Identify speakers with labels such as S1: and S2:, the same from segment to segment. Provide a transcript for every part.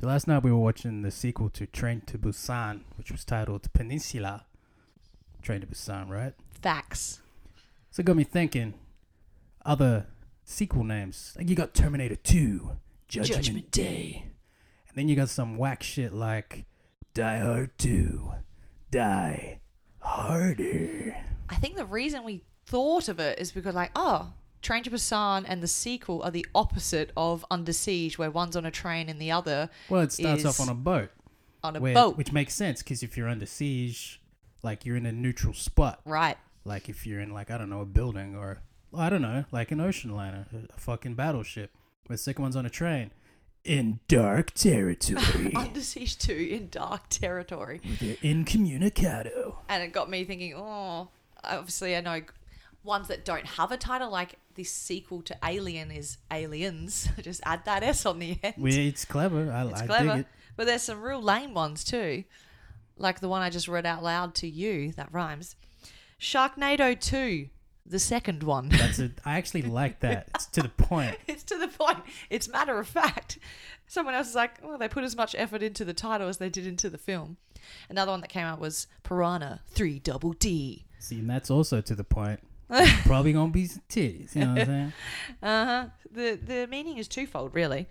S1: last night we were watching the sequel to Train to Busan, which was titled Peninsula. Train to Busan, right?
S2: Facts.
S1: So it got me thinking other sequel names. Like you got Terminator 2, Judgment,
S2: Judgment
S1: Day. And then you got some whack shit like Die Hard 2, Die Harder.
S2: I think the reason we thought of it is because, like, oh, Train to Busan and the sequel are the opposite of Under Siege, where one's on a train and the other
S1: Well, it starts
S2: Is
S1: off on a boat,
S2: on a
S1: where-
S2: boat.
S1: which makes sense because if you're under siege, like you're in a neutral spot.
S2: right.
S1: Like if you're in like I don't know a building or I don't know like an ocean liner, a- a fucking battleship. The second one's on a train in dark territory.
S2: Under Siege 2 in dark territory.
S1: They're incommunicado.
S2: And it got me thinking, oh, obviously, I know ones that don't have a title, like the sequel to Alien is Aliens. Just add that S on the end.
S1: Well, it's clever. I,
S2: It's
S1: I dig
S2: clever.
S1: it.
S2: But there's some real lame ones too. Like the one I just read out loud to you, that rhymes. Sharknado 2, the second one.
S1: That's a, I actually like that. It's to the point.
S2: it's to the point. It's matter of fact. Someone else is like, oh, they put as much effort into the title as they did into the film. Another one that came out was Piranha 3 Double D.
S1: See, and that's also to the point. Probably gonna be some titties. You know what I'm saying?
S2: Uh huh. The the meaning is twofold, really.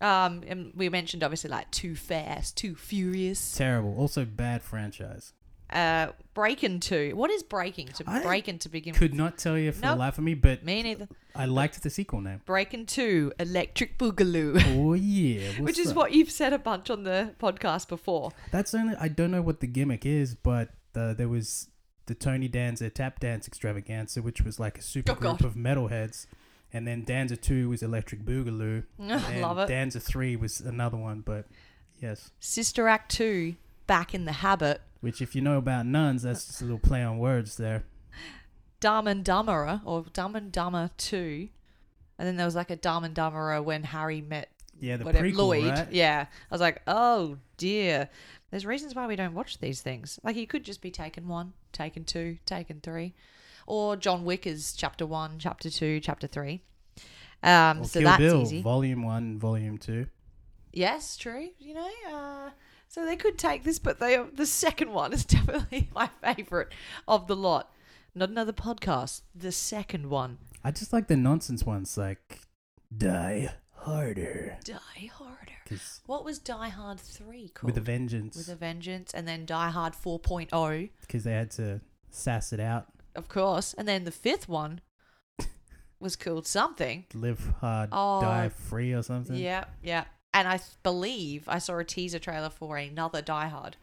S2: Um, and we mentioned obviously like too fast, too furious.
S1: Terrible. Also bad franchise.
S2: Uh, breaking two. What is breaking? To
S1: I
S2: breaking to begin.
S1: Could not tell you for the
S2: Nope.
S1: life of me, but
S2: Me neither.
S1: I liked the sequel name.
S2: Breaking two. Electric Boogaloo.
S1: Oh yeah, what's
S2: Which is
S1: up?
S2: what you've said a bunch on the podcast before.
S1: That's only I don't know what the gimmick is, but uh, there was the Tony Danza tap dance extravaganza, which was like a super group
S2: Oh, God.
S1: of metalheads, and then Danza Two was Electric Boogaloo, and
S2: Love it.
S1: Danza Three was another one. But yes,
S2: Sister Act two. Back in the habit.
S1: which if you know about nuns, that's just a little play on words there.
S2: Dumb and Dumberer or Dumb and Dumber two. And then there was like a Dumb and Dumberer when Harry met
S1: Yeah, the
S2: whatever
S1: prequel,
S2: Lloyd.
S1: right?
S2: Yeah. I was like, oh dear. There's reasons why we don't watch these things. Like you could just be taken one, taken two, taken three, or John Wick is chapter one, chapter two, chapter three. Um,
S1: Or
S2: so
S1: Kill
S2: that's
S1: Bill,
S2: easy.
S1: Volume One, Volume Two.
S2: yes, true. You know. Uh, so they could take this, but they the second one is definitely my favorite of the lot. Not another podcast. The second one.
S1: I just like the nonsense ones, like Die Harder,
S2: Die Harder.
S1: 'cause
S2: What was Die Hard 3 called?
S1: with a vengeance,
S2: With a
S1: because
S2: Vengeance, and then Die Hard 4.0.
S1: they had to sass it out.
S2: Of course. And then the fifth one was called something.
S1: live hard,
S2: Oh.
S1: die free or something.
S2: Yeah, yeah. And I th- believe I saw a teaser trailer for another Die Hard.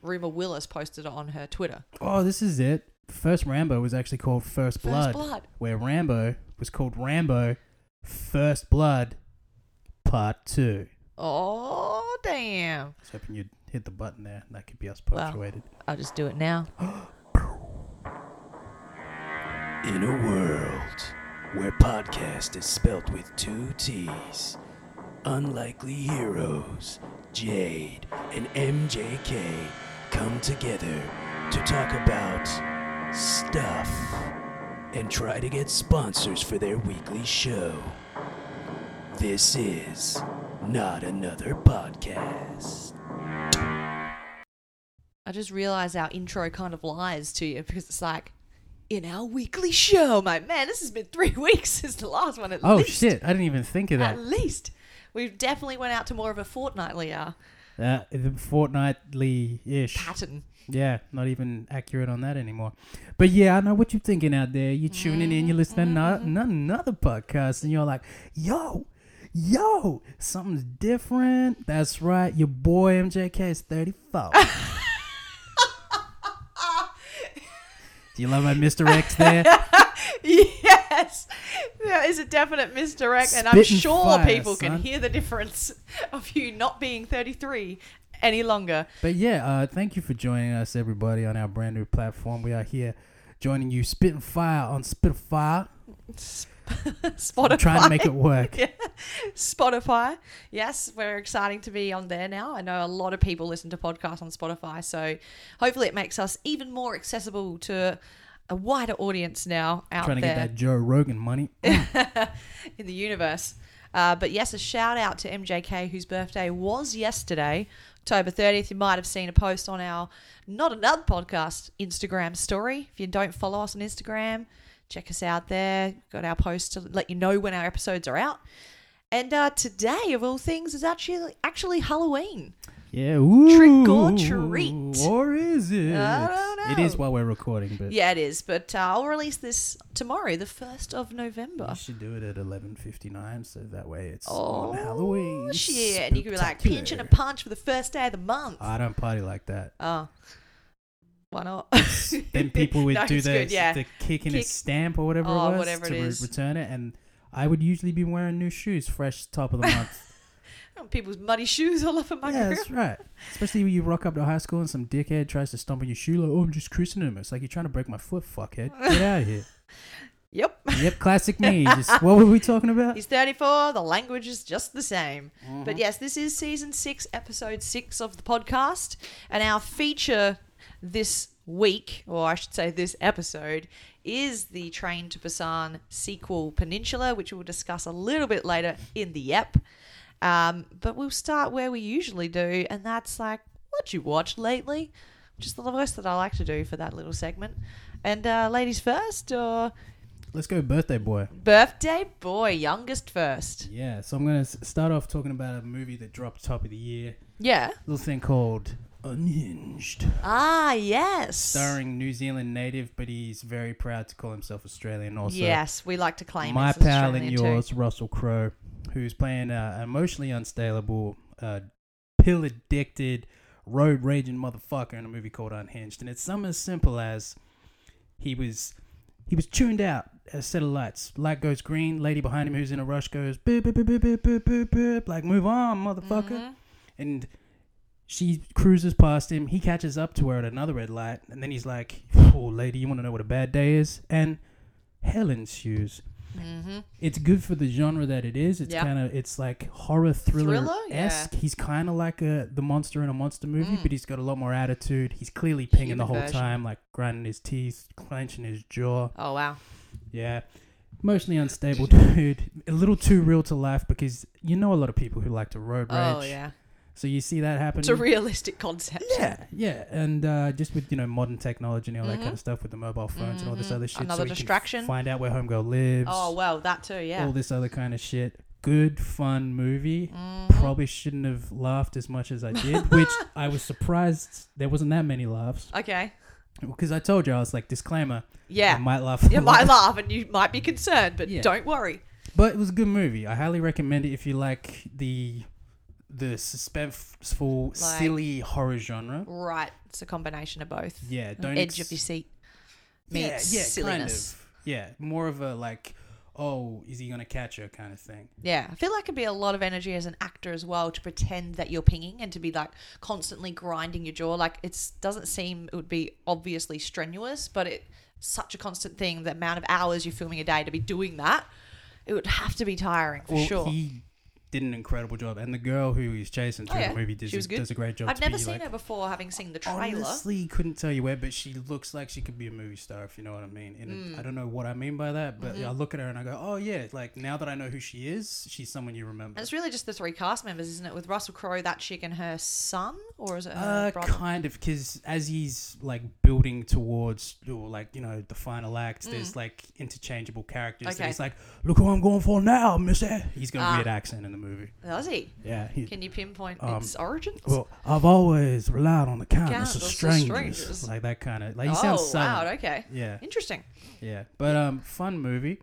S2: Rumor Willis posted it on her Twitter.
S1: Oh, this is it. First Rambo was actually called First Blood,
S2: First Blood.
S1: where Rambo was called Rambo First Blood Part 2.
S2: Oh, damn.
S1: I was hoping you'd hit the button there. That could be us
S2: Wow.
S1: punctuated.
S2: I'll just do it now.
S3: In a world where podcast is spelt with two T's, unlikely heroes, Jade and MJK come together to talk about stuff and try to get sponsors for their weekly show. This is not another podcast.
S2: I just realized our intro kind of lies to you because it's like, in our weekly show, my man, this has been three weeks since the last one at
S1: Oh,
S2: least.
S1: shit. I didn't even think of that.
S2: At least. We definitely went out to more of a fortnightly uh,
S1: Uh, the fortnightly ish.
S2: pattern.
S1: Yeah, not even accurate on that anymore. But yeah, I know what you're thinking out there. You're tuning in, you're listening to ano- no- another podcast, and you're like, yo, yo, something's different. That's right, your boy MJK is 34. Do you love my Mr. X there?
S2: Yes, there is a definite misdirect, and I'm
S1: Spitting
S2: sure
S1: fire,
S2: people can
S1: son.
S2: hear the difference of you not being 33 any longer.
S1: But yeah, uh, thank you for joining us, everybody, on our brand new platform. We are here joining you, spitting fire on Spitfire.
S2: Spotify,
S1: I'm trying to make it work.
S2: Spotify. Yes, we're exciting to be on there now. I know a lot of people listen to podcasts on Spotify, so hopefully it makes us even more accessible to a wider audience now out
S1: trying to
S2: there
S1: get that Joe Rogan money.
S2: in the universe. Uh, but yes, a shout out to MJK, whose birthday was yesterday, October 30th. You might have seen a post on our Not Another Podcast Instagram story. If you don't follow us on Instagram, check us out there. Got our posts to let you know when our episodes are out. And uh, today, of all things, is actually actually Halloween.
S1: Yeah. Ooh,
S2: Trick or treat.
S1: Or is it?
S2: I don't
S1: It is
S2: know.
S1: while we're recording, but
S2: Yeah, it is. But uh, I'll release this tomorrow, the 1st of November.
S1: we should do it at 11:59 so that way it's
S2: Oh,
S1: on Halloween.
S2: shit. And you could be like,
S1: Spectacular.
S2: pinch and a punch for the first day of the month.
S1: I don't party like that.
S2: Oh. Why not?
S1: Then people would
S2: No,
S1: do
S2: it's
S1: the,
S2: good, yeah.
S1: the kick and a
S2: Kick-
S1: stamp or whatever
S2: Oh,
S1: it was
S2: whatever
S1: to
S2: it
S1: re-
S2: is.
S1: return it and I would usually be wearing new shoes fresh top of the month.
S2: People's muddy shoes all over my
S1: yeah,
S2: career.
S1: that's right. Especially when you rock up to high school and some dickhead tries to stomp on your shoe like, "Oh, I'm just christening him." It's like you're trying to break my foot, fuckhead. Get out of here.
S2: Yep.
S1: Yep, classic me. Just what were we talking about?
S2: He's 34. The language is just the same. But yes, this is season six, episode six of the podcast. And our feature this week, or I should say this episode, is the Train to Busan sequel Peninsula, which we'll discuss a little bit later in the ep. Um, but we'll start where we usually do, and that's like what you watched lately, which is the lowest that I like to do for that little segment. And uh, ladies first, or
S1: Let's go, birthday boy.
S2: birthday boy, youngest first.
S1: Yeah, so I'm gonna s- start off talking about a movie that dropped top of the year.
S2: Yeah.
S1: little thing called Unhinged,
S2: Ah, yes.
S1: starring New Zealand native, but he's very proud to call himself Australian. Also,
S2: yes, we like to claim
S1: my
S2: it's
S1: pal
S2: Australian
S1: and
S2: too.
S1: yours, Russell Crowe, who's playing uh, an emotionally unstable, uh, pill addicted, road raging motherfucker in a movie called Unhinged, and it's something as simple as he was he was tuned out at a set of lights. Light goes green, lady behind him who's in a rush goes boop boop boop boop boop boop boop boop like move on,
S2: Mm-hmm.
S1: motherfucker, and. She cruises past him. He catches up to her at another red light, and then he's like, "Oh, lady, you want to know what a bad day is?" And hell ensues
S2: Mm-hmm.
S1: it's good for the genre that it is. It's
S2: Yeah.
S1: kind of it's like horror thriller
S2: Thriller?
S1: esque. He's kind of like a the monster in a monster movie,
S2: Mm.
S1: but he's got a lot more attitude. He's clearly pinging the
S2: Human
S1: whole
S2: version.
S1: time, like grinding his teeth, clenching his jaw.
S2: Oh wow.
S1: Yeah, emotionally unstable dude. A little too real to life because you know a lot of people who like to road rage.
S2: Oh yeah.
S1: So you see that happen.
S2: It's a realistic concept.
S1: yeah, yeah, and uh, just with you know modern technology and all that
S2: Mhm.
S1: kind of stuff with the mobile phones and all this
S2: Mhm.
S1: other shit.
S2: Another
S1: we can
S2: distraction.
S1: find out where homegirl lives
S2: Oh well, that too. Yeah.
S1: all this other kind of shit. Good fun movie.
S2: Mhm.
S1: Probably shouldn't have laughed as much as I did, which I was surprised there wasn't that many laughs.
S2: Okay.
S1: Because I told you I was like disclaimer. I
S2: Yeah.
S1: might laugh.
S2: You might laugh and you might be concerned, but
S1: Yeah.
S2: don't worry.
S1: But it was a good movie. I highly recommend it if you like the the suspenseful,
S2: Like-
S1: silly horror genre.
S2: Right. It's a combination of both.
S1: Yeah, don't
S2: Edge
S1: ex-
S2: of your seat.
S1: yeah,
S2: Meets
S1: yeah, Kind
S2: silliness.
S1: of. Yeah, more of a like, oh, is he gonna catch her kind of thing.
S2: Yeah, I feel like it'd be a lot of energy as an actor as well to pretend that you're pinging and to be like constantly grinding your jaw. Like it doesn't seem it would be obviously strenuous, but it's such a constant thing. The amount of hours you're filming a day to be doing that, it would have to be tiring for
S1: Well,
S2: sure.
S1: He did an incredible job, and the girl who he's chasing
S2: Oh,
S1: through
S2: yeah.
S1: the movie does,
S2: She was
S1: a,
S2: good.
S1: does a great job.
S2: I've
S1: to be,
S2: never seen
S1: like,
S2: her before, having seen the trailer.
S1: Honestly, couldn't tell you where, but she looks like she could be a movie star if you know what I mean. And
S2: Mm.
S1: I don't know what I mean by that,
S2: Mm-hmm.
S1: but I look at her and I go, "Oh yeah!" Like now that I know who she is, she's someone you remember.
S2: And it's really just the three cast members, isn't it? With Russell Crowe, that chick, and her son, or is it her
S1: Uh,
S2: brother?
S1: kind of, because as he's like building towards, or like you know, the final act, there's like interchangeable characters. That
S2: Mm. Okay.
S1: he's like, "Look who I'm going for now, Mister." He's got a
S2: Ah.
S1: weird accent in the movie.
S2: Does he?
S1: Yeah, he,
S2: Can you pinpoint
S1: Um,
S2: its origins?
S1: Well, I've always relied on the kindness of
S2: Kindness of
S1: strangers,
S2: strangers.
S1: like that kind of. Like he sounds
S2: oh
S1: southern.
S2: wow, okay,
S1: Yeah,
S2: interesting.
S1: yeah. But um, fun movie.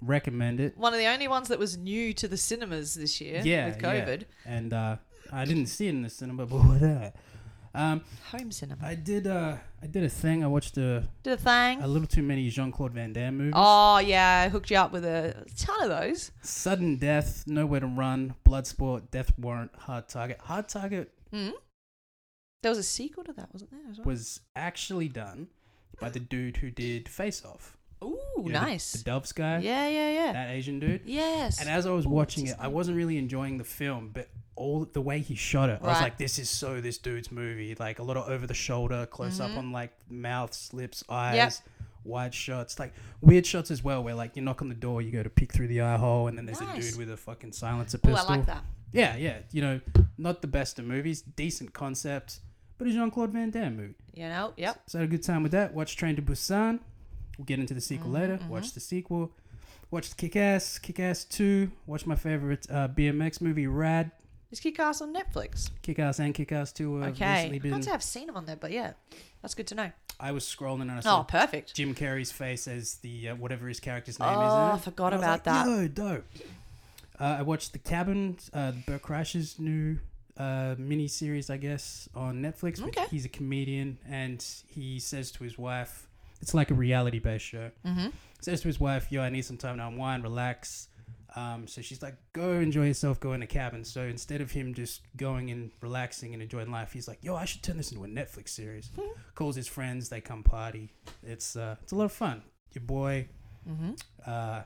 S1: Recommend it.
S2: one of the only ones that was new to the cinemas this year
S1: Yeah, yeah.
S2: with COVID.
S1: And uh, I didn't see it in the cinema, but whatever. Um,
S2: Home cinema.
S1: I did. Uh, I did a thing. I watched a,
S2: Did a
S1: a
S2: thing.
S1: little too many Jean Claude Van Damme movies.
S2: Oh yeah, I hooked you up with a ton of those.
S1: Sudden Death, Nowhere to Run, Bloodsport, Death Warrant, Hard Target. Hard Target
S2: hmm There was a sequel to that, wasn't there? As well?
S1: was actually done by the dude who did Face Off. You
S2: Ooh,
S1: know, the- The,
S2: nice.
S1: Doves guy.
S2: yeah, yeah, yeah.
S1: That Asian dude.
S2: yes.
S1: And as I was
S2: Ooh,
S1: watching
S2: what's
S1: it,
S2: his
S1: I
S2: name?
S1: wasn't really enjoying the film, but all the way he shot it, I was
S2: Right.
S1: like, "This is so
S2: Mm-hmm.
S1: this dude's movie." Like a lot of over the shoulder, close up on like mouths, lips, eyes, wide shots, like weird shots as well, where like you knock on the door, you go to peek through the eye hole, and then there's a
S2: Nice.
S1: dude with a fucking silencer
S2: Oh,
S1: pistol.
S2: I like that.
S1: Yeah, yeah. You know, not the best of movies, decent concept, but a Jean Claude Van Damme movie.
S2: You know, yep.
S1: So I had a good time with that. Watch Train to Busan. We'll get into the sequel
S2: Mm-hmm,
S1: later. Watch the sequel. Watch Kick Ass, Kick Ass 2. Watch my favorite uh, BMX movie, Rad.
S2: Is Kick Ass on Netflix?
S1: Kick Ass and Kick Ass 2 have
S2: Okay. I
S1: recently been.
S2: can't say I've seen him on there, but yeah, that's good to know.
S1: I was scrolling and I saw
S2: Oh, perfect.
S1: Jim Carrey's face as the uh, whatever his character's name is.
S2: Oh,
S1: in
S2: I
S1: it.
S2: forgot
S1: And I was
S2: about
S1: like,
S2: that.
S1: Yo, dope. Uh, I watched The Cabin, uh, Bert Kreischer's new uh, mini series, I guess, on Netflix. which
S2: Okay.
S1: He's a comedian and he says to his wife, it's like a reality based show.
S2: Mhm.
S1: Says to his wife, Yo, I need some time to unwind, relax. Um, so she's like, Go enjoy yourself, go in a cabin. So instead of him just going and relaxing and enjoying life, he's like, Yo, I should turn this into a Netflix series. Calls his friends, they come party. It's uh, it's a lot of fun. Your boy,
S2: Mm-hmm.
S1: uh,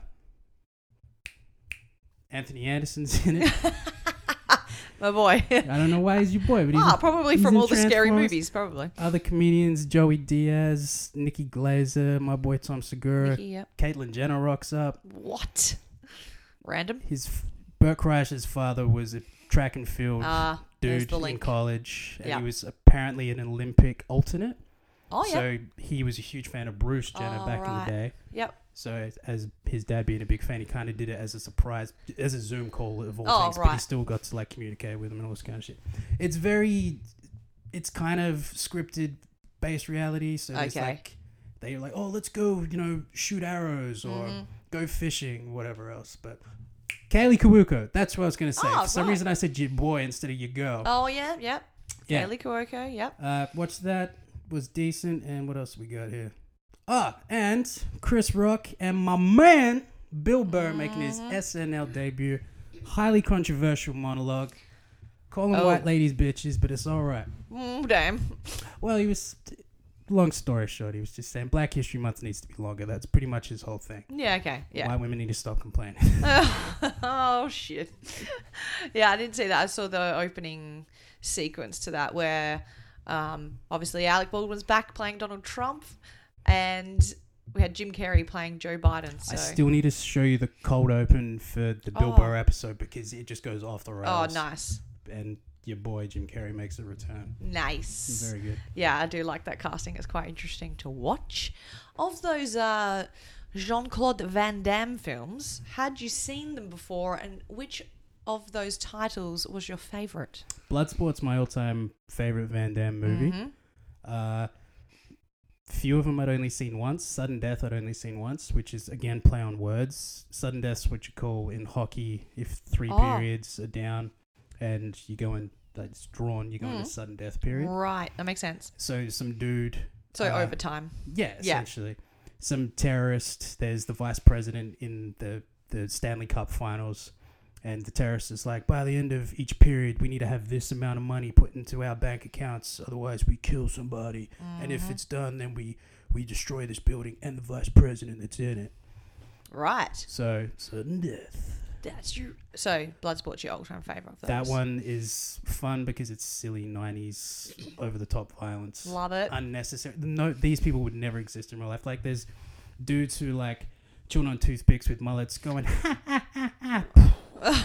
S1: Anthony Anderson's in it.
S2: My boy.
S1: I don't know why he's your boy, but he's
S2: ah, probably
S1: he's
S2: from
S1: in
S2: all the scary
S1: Transformers.
S2: movies, probably.
S1: other comedians: Joey Diaz, Nikki Glazer, my boy Tom Segura,
S2: Mickey, yep.
S1: Caitlyn Jenner rocks up.
S2: What? Random.
S1: His f- Bert Kreischer's father was a track and field
S2: Ah, there's
S1: dude
S2: the
S1: in
S2: link.
S1: college, and
S2: Yeah.
S1: he was apparently an Olympic alternate.
S2: Oh yeah.
S1: So he was a huge fan of Bruce Jenner
S2: Oh,
S1: back in
S2: right.
S1: the day.
S2: Yep.
S1: So as his dad being a big fan, he kind of did it as a surprise, as a Zoom call of all
S2: Oh,
S1: things. But he
S2: right.
S1: still got to like communicate with him and all this kind of shit. It's very, it's kind of scripted based reality. So it's
S2: Okay.
S1: like they're like, oh, let's go, you know, shoot arrows or
S2: Mm-hmm.
S1: go fishing, whatever else. But Kaylee Kawuko, that's what I was gonna say.
S2: Oh,
S1: For some
S2: right.
S1: reason, I said your boy instead of your girl.
S2: Oh yeah. Yep.
S1: Yeah.
S2: Yeah. Kaylee Kuoko. Yep.
S1: Uh, watched that. Was decent. And what else we got here? Ah, and Chris Rock and my man Bill Burr making his
S2: Mm-hmm.
S1: SNL debut. Highly controversial monologue. Calling
S2: Oh.
S1: white ladies bitches, but it's all right.
S2: Mm, damn.
S1: Well, he was. Long story short, he was just saying Black History Month needs to be longer. That's pretty much his whole thing.
S2: Yeah. Okay. Yeah.
S1: Why women need to stop complaining.
S2: oh shit. yeah, I didn't see that. I saw the opening sequence to that where um, obviously Alec Baldwin's back playing Donald Trump, and we had Jim Carrey playing Joe Biden. So.
S1: I still need to show you the cold open for the Bill
S2: Oh.
S1: Burr episode because it just goes off the
S2: oh,
S1: rails.
S2: nice,
S1: And your boy Jim Carrey makes a return.
S2: nice.
S1: Very good.
S2: yeah, I do like that casting. It's quite interesting to watch. Of those uh, Jean Claude Van Damme films, had you seen them before, and which of those titles was your favorite?
S1: Bloodsport's my all-time favorite Van Damme movie.
S2: Mhm.
S1: Uh, few of them I'd only seen once. Sudden Death I'd only seen once, which is again play on words. Sudden Death's what you call in hockey if three
S2: Oh.
S1: periods are down and you go in that's drawn, you go into
S2: Mm.
S1: sudden death period.
S2: Right, that makes sense.
S1: So some dude,
S2: So
S1: Uh,
S2: overtime.
S1: yeah,
S2: Yeah.
S1: essentially, some terrorist. There's the vice president in the the Stanley Cup Finals. And the terrorist is like, by the end of each period, we need to have this amount of money put into our bank accounts. Otherwise, we kill somebody. And if it's done, then we, we destroy this building and the vice president that's in it.
S2: Right,
S1: So, sudden death.
S2: that's you. So Bloodsport's your all-time favorite. Of those.
S1: That one is fun because it's silly 90s over the top violence.
S2: Love it.
S1: Uh, unnecessary. No, these people would never exist in real life. Like, there's dudes who like chewing on toothpicks with mullets, going,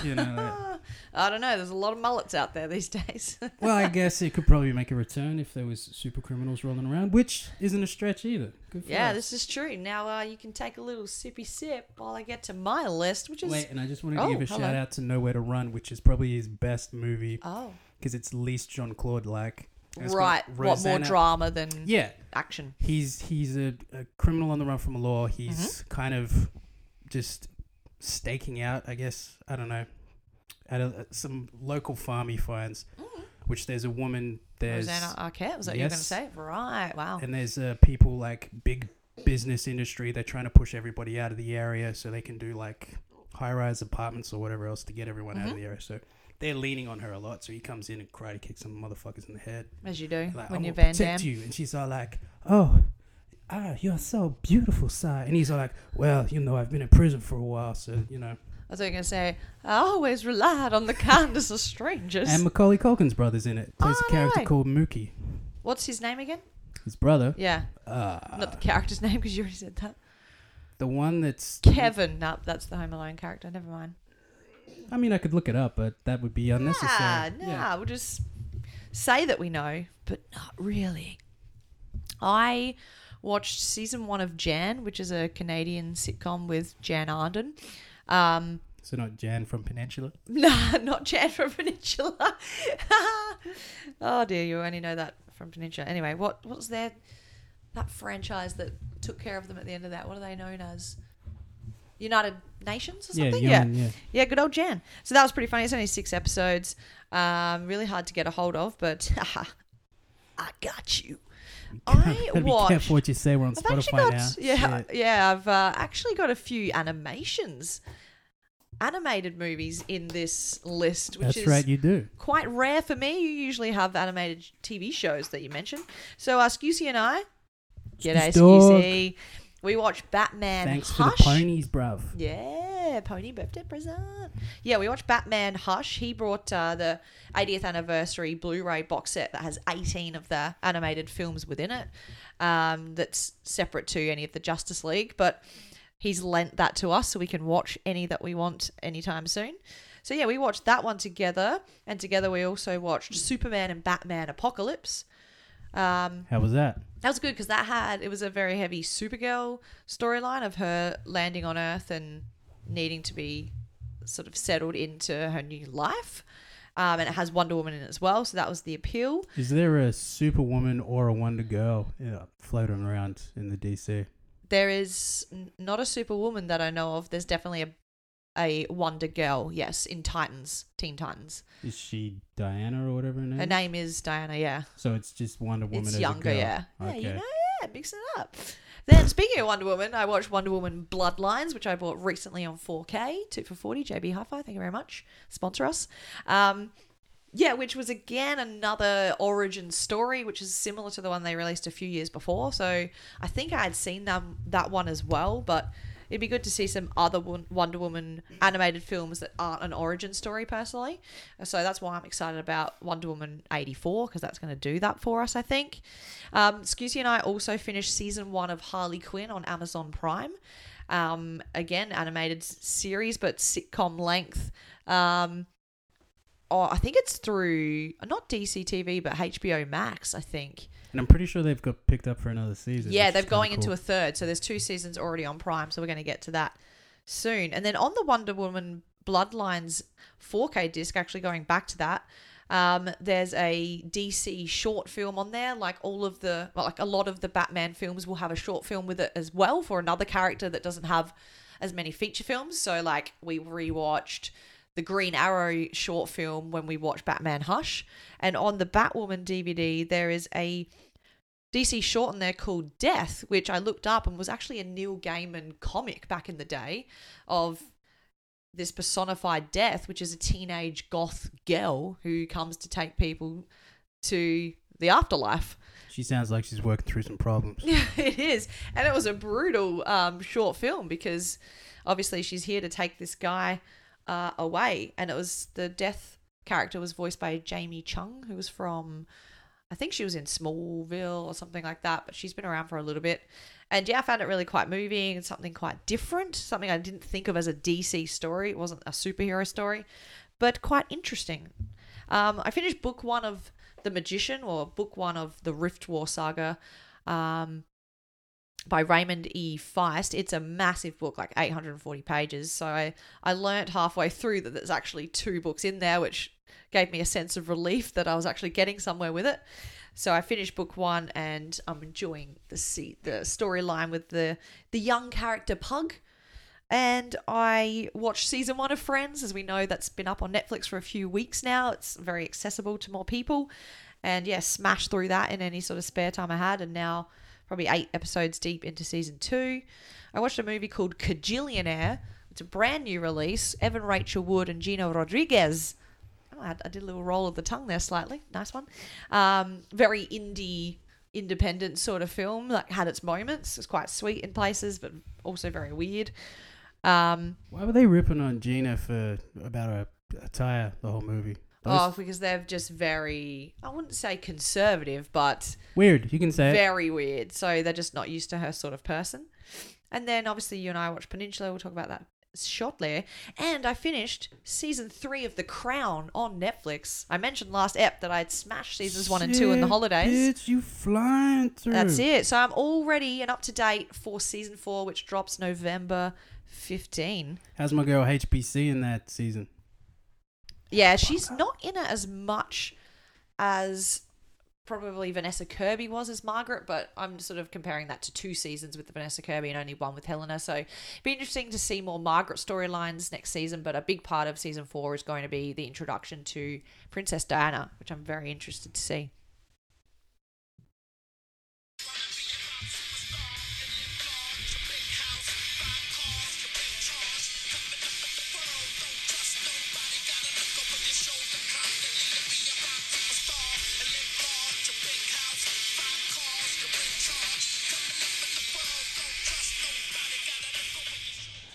S1: you know. like-
S2: Ah, I don't know. There's a lot of mullets out there these days.
S1: well, I guess it could probably make a return if there was super criminals rolling around, which isn't a stretch either. Good for
S2: yeah,
S1: us.
S2: this is true. Now uh, you can take a little sippy sip while I get to my list, which is
S1: Wait, and I just wanted to
S2: Oh,
S1: give a
S2: hello.
S1: shout out to Nowhere to Run, which is probably his best movie
S2: oh
S1: because it's least Jean Claude like. And it's got
S2: right. What more
S1: Rosanna-
S2: drama than
S1: Yeah,
S2: action?
S1: he's he's a, a criminal on the run from the law. He's kind of just staking out, I guess. I don't know, at a, uh, some local farm he finds, which there's a woman, there's
S2: Rosanna oh. Arquette. Was that what you were going
S1: Yes.
S2: to say? Right. Wow.
S1: and there's uh, people like big business industry. They're trying to push everybody out of the area so they can do like high rise apartments or whatever else to get everyone out of the area. So. They're leaning on her a lot, so he comes in and karate kicks some motherfuckers in the head.
S2: As you do
S1: like,
S2: when
S1: I'm
S2: you're
S1: gonna
S2: Van
S1: protect
S2: Damme.
S1: you. And she's all like, oh, ah, you're so beautiful, sir. And he's all like, well, you know, I've been in prison for a while, so, you know.
S2: I was going to say, I always relied on the kindness of strangers.
S1: And Macaulay Culkin's brother's in it. Plays
S2: Oh,
S1: a character
S2: no.
S1: called Mookie.
S2: What's his name again?
S1: his brother.
S2: Yeah.
S1: Uh,
S2: Not the character's name because you already said that.
S1: the one that's.
S2: Kevin. No, that's the Home Alone character. Never mind.
S1: I mean, I could look it up, but that would be unnecessary.
S2: Nah, nah.
S1: Yeah.
S2: We'll just say that we know, but not really. I watched season one of Jan, which is a Canadian sitcom with Jan Arden. Um,
S1: So not Jan from Peninsula.
S2: Nah, not Jan from Peninsula. oh dear, you only know that from Peninsula. Anyway, what what was their that franchise that took care of them at the end of that? What are they known as? United Nations or
S1: Yeah,
S2: something?
S1: UN, yeah.
S2: Yeah, good old Jan. So that was pretty funny. It's only six episodes. Um, really hard to get a hold of, but I got you. I
S1: Gotta be
S2: watched.
S1: careful what you say. We're on
S2: I've
S1: Spotify
S2: actually got
S1: now.
S2: yeah
S1: Shit.
S2: yeah I've uh, actually got a few animations, animated movies in this list, which
S1: That's
S2: is
S1: right, you do.
S2: quite rare for me. You usually have animated TV shows that you mention. So uh, Scusi and I, g'day
S1: Scusi dog.
S2: Scusi, we watched Batman.
S1: Thanks for
S2: Hush.
S1: the ponies, bruv.
S2: Yeah, pony birthday present. Yeah, we watched Batman Hush. He brought uh, the 80th anniversary Blu-ray box set that has 18 of the animated films within it. Um, that's separate to any of the Justice League, but he's lent that to us so we can watch any that we want anytime soon. So yeah, we watched that one together, and together we also watched Superman and Batman Apocalypse. Um,
S1: How was that?
S2: that was good because that had it was a very heavy Supergirl storyline of her landing on Earth and needing to be sort of settled into her new life, um, and it has Wonder Woman in it as well. So that was the appeal.
S1: Is there a Superwoman or a Wonder Girl yeah, floating around in the DC?
S2: There is n- not a Superwoman that I know of. There's definitely a a Wonder Girl, yes, in Titans, Teen Titans.
S1: Is she Diana or whatever her name?
S2: Her
S1: is?
S2: name is Diana. Yeah,
S1: So it's just Wonder Woman.
S2: it's
S1: as
S2: younger.
S1: a girl.
S2: Yeah,
S1: Okay.
S2: yeah, you know, yeah, mix it up. Then speaking of Wonder Woman, I watched Wonder Woman Bloodlines, which I bought recently on 4K, two for forty. JB Hi-Fi, thank you very much. Sponsor us. Um, yeah, which was again another origin story, which is similar to the one they released a few years before. So I think I had seen them that one as well, but it'd be good to see some other Won- Wonder Woman animated films that aren't an origin story. Personally, so that's why I'm excited about Wonder Woman '84 because that's going to do that for us. I think. Um, Scusi and I also finished season one of Harley Quinn on Amazon Prime. Um, again, animated s- series, but sitcom length. Um, oh, I think it's through not DC TV, but HBO Max. I think.
S1: And I'm pretty sure they've got picked up for another season.
S2: yeah, they're going into a third, so there's two seasons already on Prime. So we're going to get to that soon. And then on the Wonder Woman Bloodlines 4K disc, actually going back to that. Um, there's a DC short film on there. Like all of the, well, like a lot of the Batman films will have a short film with it as well for another character that doesn't have as many feature films. So like we rewatched the Green Arrow short film when we watched Batman Hush, and on the Batwoman DVD there is a DC short in there called Death, which I looked up and was actually a Neil Gaiman comic back in the day of this personified death, which is a teenage goth girl who comes to take people to the afterlife.
S1: She sounds like she's working through some problems.
S2: Yeah, it is. And it was a brutal um, short film because obviously she's here to take this guy uh, away. And it was the death character was voiced by Jamie Chung, who was from, I think she was in Smallville or something like that, but she's been around for a little bit. And yeah, I found it really quite moving and something quite different, something I didn't think of as a DC story. It wasn't a superhero story, but quite interesting. Um, I finished book one of The Magician or book one of the Rift War saga um, by Raymond E. Feist. It's a massive book, like 840 pages. So I, I learnt halfway through that there's actually two books in there, which gave me a sense of relief that I was actually getting somewhere with it. So I finished book one, and I'm enjoying the se- the storyline with the the young character Pug. And I watched season one of Friends. As we know, that's been up on Netflix for a few weeks now. It's very accessible to more people. And yeah, smashed through that in any sort of spare time I had. And now, probably eight episodes deep into season two, I watched a movie called Cajillionaire. It's a brand new release. Evan Rachel Wood and Gino Rodriguez. Oh, I, I did a little roll of the tongue there slightly. Nice one. Um, very indie, independent sort of film. Like had its moments. It's quite sweet in places, but also very weird. Um,
S1: Why were they ripping on Gina for about a, a tire the whole movie? Those-
S2: Oh, because they're just very, I wouldn't say conservative, but
S1: Weird. You can say it.
S2: very weird. So they're just not used to her sort of person. And then obviously you and I watched Peninsula. We'll talk about that shortly. And I finished season three of The Crown on Netflix. I mentioned last ep that I had smashed seasons one and two in the
S1: Shit,
S2: holidays.
S1: Bitch, you flying through.
S2: That's it. So I'm already and up to date for season four, which drops November 15.
S1: How's my girl HPC in that season?
S2: Yeah, she's not in it as much as probably Vanessa Kirby was as Margaret, but I'm sort of comparing that to two seasons with Vanessa Kirby and only one with Helena. So it'd be interesting to see more Margaret storylines next season, but a big part of season four is going to be the introduction to Princess Diana, which I'm very interested to see.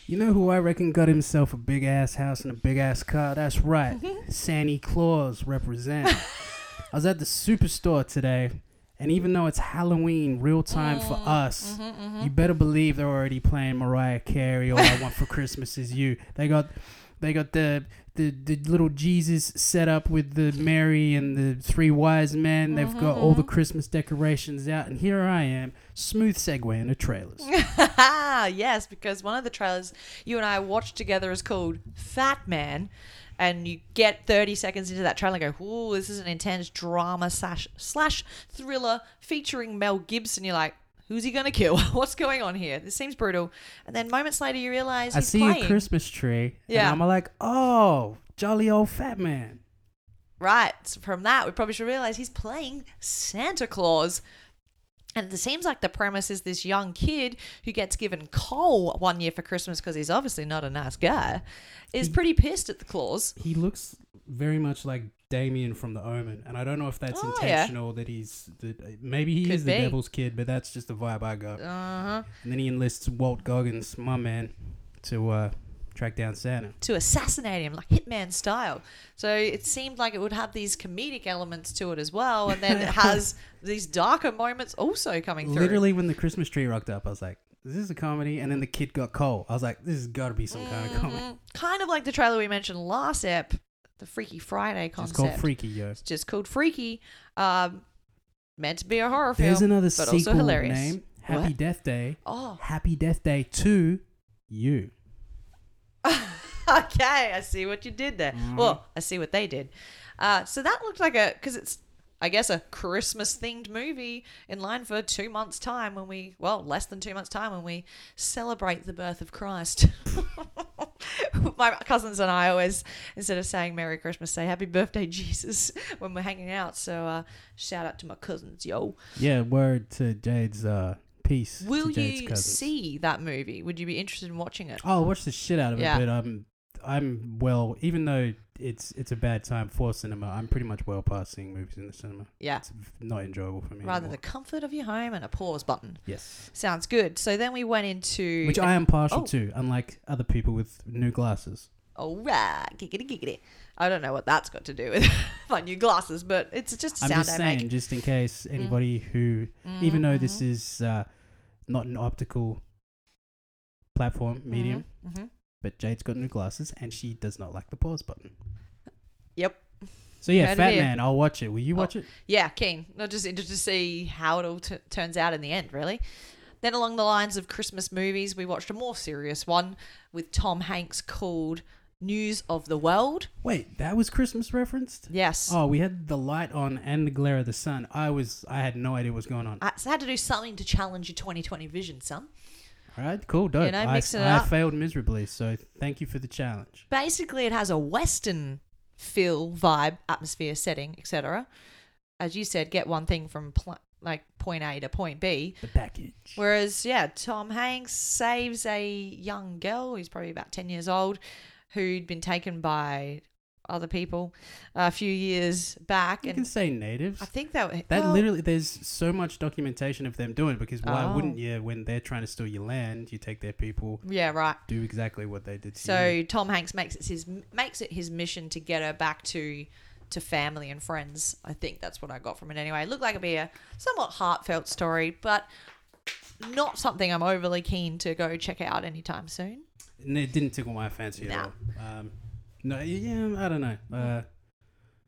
S1: You know who I reckon got himself a big ass house and a big ass car? That's right. Santa Claus represent. I was at the superstore today, and even though it's Halloween real time for us, you better believe they're already playing Mariah Carey or I Want for Christmas Is You. They got they got the the, the little Jesus set up with the Mary and the three wise men. They've got all the Christmas decorations out, and here I am, smooth segue into trailers.
S2: yes, because one of the trailers you and I watched together is called Fat Man. And you get 30 seconds into that trailer and go, ooh, this is an intense drama slash, slash thriller featuring Mel Gibson. You're like, who's he going to kill? What's going on here? This seems brutal. And then moments later, you realize
S1: I
S2: he's
S1: see
S2: playing.
S1: a Christmas tree.
S2: Yeah.
S1: And I'm like, oh, jolly old fat man.
S2: Right. So from that, we probably should realize he's playing Santa Claus. And it seems like the premise is this young kid who gets given coal one year for Christmas because he's obviously not a nice guy, is pretty pissed at the Claus.
S1: He looks very much like Damien from The Omen, and I don't know if that's
S2: Oh, yeah.
S1: intentional. That he's that maybe he
S2: Could
S1: is the
S2: be.
S1: devil's kid, but that's just the vibe I got.
S2: Uh-huh.
S1: And then he enlists Walt Goggins, my man, to uh, track down Santa.
S2: To assassinate him, like Hitman style. So it seemed like it would have these comedic elements to it as well. And then it has these darker moments also coming through.
S1: Literally, when the Christmas tree rocked up, I was like, "Is this a comedy?" And then the kid got cold. I was like, "This has got to be some kind
S2: Mm-hmm.
S1: of comedy."
S2: Mm, Kind of like the trailer we mentioned last ep, the Freaky Friday
S1: It's
S2: concept.
S1: called Freaky, yo.
S2: It's just called Freaky. Um, meant to be a horror
S1: There's
S2: film,
S1: another
S2: but
S1: sequel
S2: also hilarious.
S1: name: Happy
S2: What?
S1: Death Day.
S2: Oh,
S1: Happy Death Day to you.
S2: okay. I see what you did there.
S1: Mm-hmm.
S2: Well, I see what they did. Uh, so that looked like a because it's I guess a Christmas themed movie in line for two months time when we well less than two months time when we celebrate the birth of Christ. My cousins and I always instead of saying Merry Christmas say Happy Birthday Jesus when we're hanging out. So uh, shout out to my cousins, yo.
S1: Yeah, word to Jade's uh, piece. to
S2: Will
S1: Jade's
S2: you
S1: cousins.
S2: see that movie? Would you be interested in watching it?
S1: Oh, watch the shit out of
S2: Yeah.
S1: it, but I'm I'm well. Even though it's it's a bad time for cinema, I'm pretty much well past seeing movies in the cinema.
S2: Yeah.
S1: It's not enjoyable for me.
S2: Rather
S1: anymore.
S2: the comfort of your home and a pause button.
S1: yes,
S2: Sounds good. So then we went into
S1: which I am partial
S2: Oh.
S1: to, unlike other people with new glasses.
S2: all right, giggity giggity. I don't know what that's got to do with my new glasses, but it's just a
S1: I'm
S2: sound
S1: just
S2: I
S1: saying,
S2: make. Mm. Mm-hmm.
S1: just in case anybody who, even though this is uh, not an optical platform medium,
S2: Mm-hmm.
S1: but Jade's got new glasses and she does not like the pause button.
S2: Yep. Oh.
S1: So yeah,
S2: Heard it
S1: Fat
S2: here.
S1: Man, I'll watch it. Will you watch it?
S2: Yeah, keen. Not just interested to see how it all t- turns out in the end, really. Then, along the lines of Christmas movies, we watched a more serious one with Tom Hanks called News of the World.
S1: Wait, that was Christmas referenced?
S2: Yes.
S1: Oh, we had the light on and the glare of the sun. I was I had no idea what was going on.
S2: I had to do something to challenge your 2020 vision, son.
S1: All right, cool, dope.
S2: know,
S1: I,
S2: mixing it
S1: I
S2: up.
S1: failed miserably, so thank you for the challenge.
S2: Basically, it has a Western feel, vibe, atmosphere, setting, etc. As you said, get one thing from pl- like point A to point B.
S1: The package.
S2: Whereas, yeah, Tom Hanks saves a young girl who's probably about 10 years old who'd been taken by other people a few years back.
S1: You
S2: And
S1: can say natives.
S2: I think that, w-
S1: that
S2: well,
S1: literally, there's so much documentation of them doing it because why
S2: Oh.
S1: wouldn't you? When they're trying to steal your land, you take their people,
S2: Yeah, right.
S1: do exactly what they did to you.
S2: So Tom Hanks makes it his makes it his mission to get her back to to family and friends. I think that's what I got from it anyway. It looked like it'd be a somewhat heartfelt story, but not something I'm overly keen to go check out anytime soon.
S1: And it didn't tickle my fancy at
S2: Nah.
S1: all. Um, no, y- yeah, I don't know. Uh,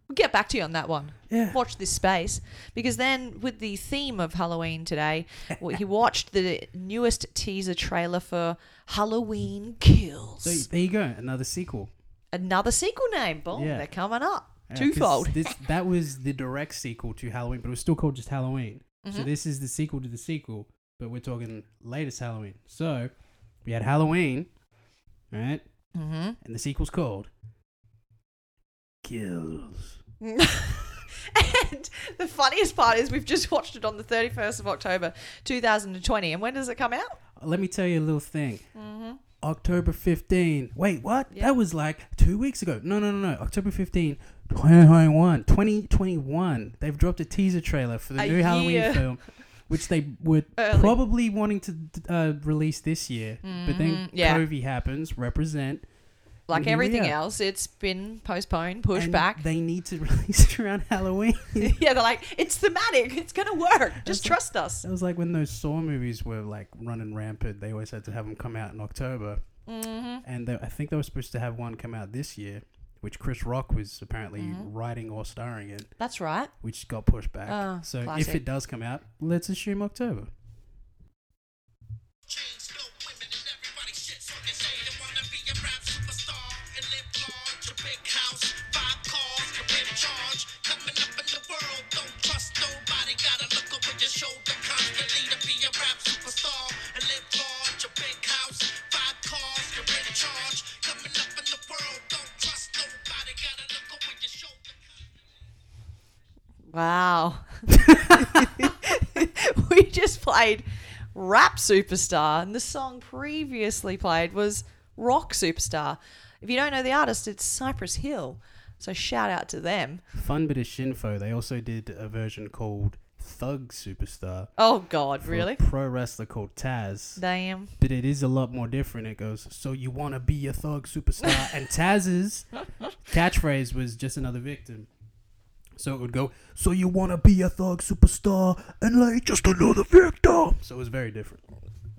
S2: We'll get back to you on that one.
S1: yeah.
S2: Watch this space because then, with the theme of Halloween today, w- he watched the newest teaser trailer for Halloween Kills.
S1: So there you go, another sequel.
S2: Another sequel name, boom!
S1: Yeah.
S2: They're coming up
S1: Yeah, 'cause
S2: twofold.
S1: This, that was the direct sequel to Halloween, but it was still called just Halloween.
S2: Mm-hmm.
S1: So this is the sequel to the sequel, but we're talking latest Halloween. So we had Halloween, right?
S2: Mm-hmm.
S1: And the sequel's called Kills.
S2: and the funniest part is we've just watched it on the 31st of October 2020. And when does it come out?
S1: Let me tell you a little thing.
S2: Mm-hmm.
S1: October 15. Wait, what?
S2: Yeah.
S1: That was like two weeks ago. No, no, no, no. October 15, 2021. 2021. They've dropped a teaser trailer for the
S2: A
S1: new
S2: year.
S1: Halloween film, which they were
S2: Early.
S1: probably wanting to uh, release this year. But then
S2: Mhm, yeah.
S1: COVID happens, represent.
S2: Like
S1: And here we
S2: everything
S1: are.
S2: else, it's been postponed, pushed
S1: and
S2: back.
S1: They need to release it around Halloween.
S2: yeah, they're like, it's thematic. It's going to work.
S1: That's-
S2: Just trust us.
S1: That was like when those Saw movies were like running rampant. They always had to have them come out in October.
S2: hmm
S1: and they, I think they were supposed to have one come out this year, which Chris Rock was apparently
S2: Mm-hmm.
S1: writing or starring in,
S2: That's right.
S1: which got pushed back.
S2: Oh,
S1: so if
S2: classic.
S1: it does come out, let's assume October.
S4: Chains, no women, and everybody shits on your shade. And wanna be a rap superstar and live large. A big house, five cars, career charge. Coming up in the world, don't trust nobody. Gotta look over your shoulder constantly to be a rap superstar and live large. A big house, five cars, career charge. Coming up in the world, don't trust nobody. Gotta look over your shoulder.
S2: Wow. we just played Rap Superstar, and the song previously played was Rock Superstar. If you don't know the artist, it's Cypress Hill. So shout out to them.
S1: Fun bit of shinfo. They also did a version called Thug Superstar.
S2: Oh, God,
S1: for a
S2: really?
S1: pro wrestler called Taz.
S2: Damn.
S1: But it is a lot more different. It goes, so you want to be a thug superstar? and Taz's catchphrase was just another victim. So it would go, so you want to be a thug superstar and like just another victim. So it was very different.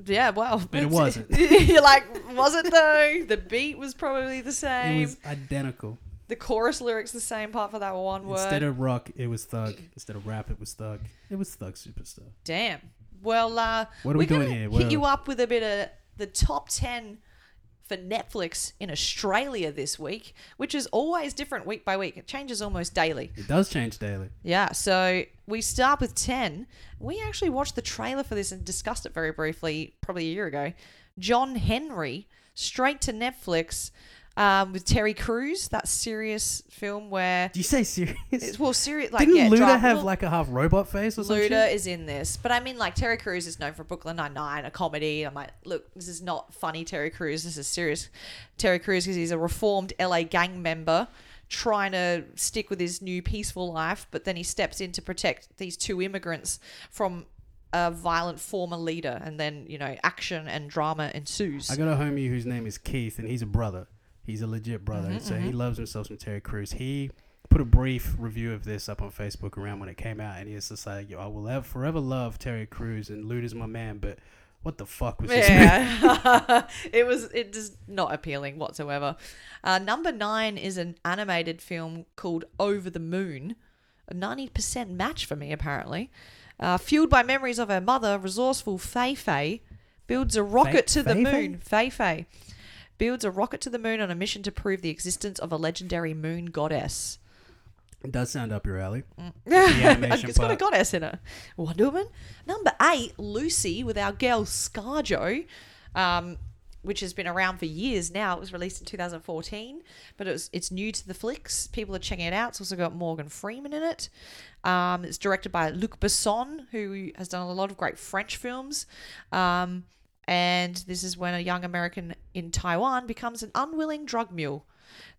S2: Yeah, well. But
S1: it wasn't.
S2: You're like, was it though? The beat was probably the
S1: It
S2: same.
S1: was identical.
S2: The chorus lyrics the same part for that one word.
S1: Instead of rock, it was thug. Instead of rap, it was thug. It was thug superstar.
S2: Damn. Well, uh,
S1: What are we
S2: we're gonna
S1: doing here?
S2: Hit
S1: We're-
S2: you up with a bit of the top ten for Netflix in Australia this week, which is always different week by week. It changes almost daily.
S1: It does change daily.
S2: Yeah. So we start with ten. We actually watched the trailer for this and discussed it very briefly, probably a year ago. John Henry straight to Netflix um, with Terry Crews. That serious film where
S1: Do you say serious?
S2: it's well, serious like
S1: Didn't
S2: yeah,
S1: Luda
S2: drama-
S1: have
S2: well-
S1: like a half robot face or something?
S2: Luda is in this, but I mean, like Terry Crews is known for Brooklyn Nine Nine, a comedy. I'm like, look, this is not funny, Terry Crews. This is serious, Terry Crews, because he's a reformed LA gang member trying to stick with his new peaceful life, but then he steps in to protect these two immigrants from a violent former leader, and then you know, action and drama ensues.
S1: I got a homie whose name is Keith, and he's a brother. He's a legit brother, and so he loves himself some Terry Crews. He put a brief review of this up on Facebook around when it came out, and he was just like, "Yo, I will have forever love Terry Crews, and Luda's my man, but what the fuck was this?" movie?
S2: Yeah, it was. It is not appealing whatsoever. Uh, number nine is an animated film called Over the Moon, a ninety percent match for me apparently. Uh, fueled by memories of her mother, resourceful Fei Fei builds a rocket to the
S1: Fei Fei?
S2: moon. Fei Fei builds a rocket to the moon on a mission to prove the existence of a legendary moon goddess.
S1: It does sound up your alley. animation
S2: it's got a
S1: part.
S2: goddess in it. Wonder Woman. Number eight, Lucy, with our girl Scarjo, um, which has been around for years now. It was released in 2014, but it was it's new to the flicks. People are checking it out. It's also got Morgan Freeman in it. Um, it's directed by Luc Besson, who has done a lot of great French films. Um, and this is when a young American in Taiwan becomes an unwilling drug mule.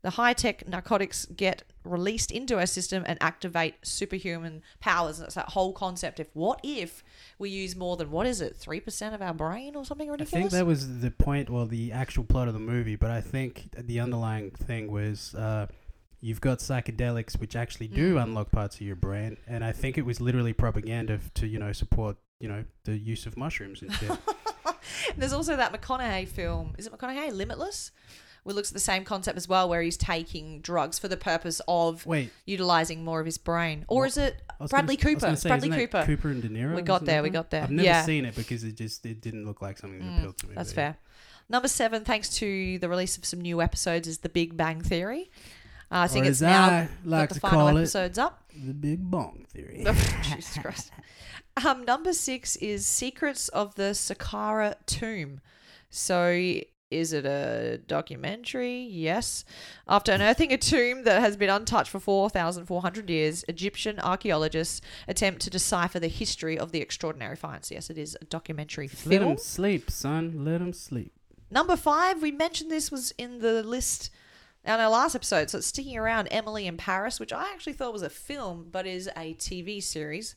S2: The high tech narcotics get released into our system and activate superhuman powers. And it's that whole concept of what if we use more than, what is it, 3% of our brain or something
S1: I
S2: ridiculous?
S1: think that was the point, or the actual plot of the movie, but I think the underlying thing was uh, you've got psychedelics which actually do unlock parts of your brain, and I think it was literally propaganda f- to you know support you know the use of mushrooms and shit.
S2: There's also that McConaughey film. Is it McConaughey? Limitless? Which looks at the same concept as well, where he's taking drugs for the purpose of
S1: Wait,
S2: utilizing more of his brain. Or is it
S1: I was gonna
S2: Bradley
S1: s- I was
S2: Cooper?
S1: gonna
S2: It's
S1: say,
S2: Bradley
S1: isn't that
S2: Cooper.
S1: Cooper and De Niro.
S2: We
S1: or
S2: got there, we
S1: something?
S2: got there.
S1: I've never
S2: Yeah. Mm,
S1: seen it because it just it didn't look like something that appealed to me.
S2: That's
S1: but
S2: fair. Number seven, thanks to the release of some new episodes, is The Big Bang Theory. Uh, I think
S1: Or
S2: it's
S1: as
S2: now
S1: I
S2: got
S1: like
S2: the
S1: to
S2: final
S1: call it,
S2: episodes up. Oh,
S1: The Big Bang Theory.
S2: Jesus Christ. Um, number six is Secrets of the Saqqara Tomb. So, is it a documentary? Yes. After unearthing a tomb that has been untouched for 4,400 years, Egyptian archaeologists attempt to decipher the history of the extraordinary finds. Yes, it is a documentary
S1: Let
S2: film.
S1: him sleep, son. Let him sleep.
S2: Number five, we mentioned this was in the list on our last episode, so it's sticking around Emily in Paris, which I actually thought was a film, but is a TV series.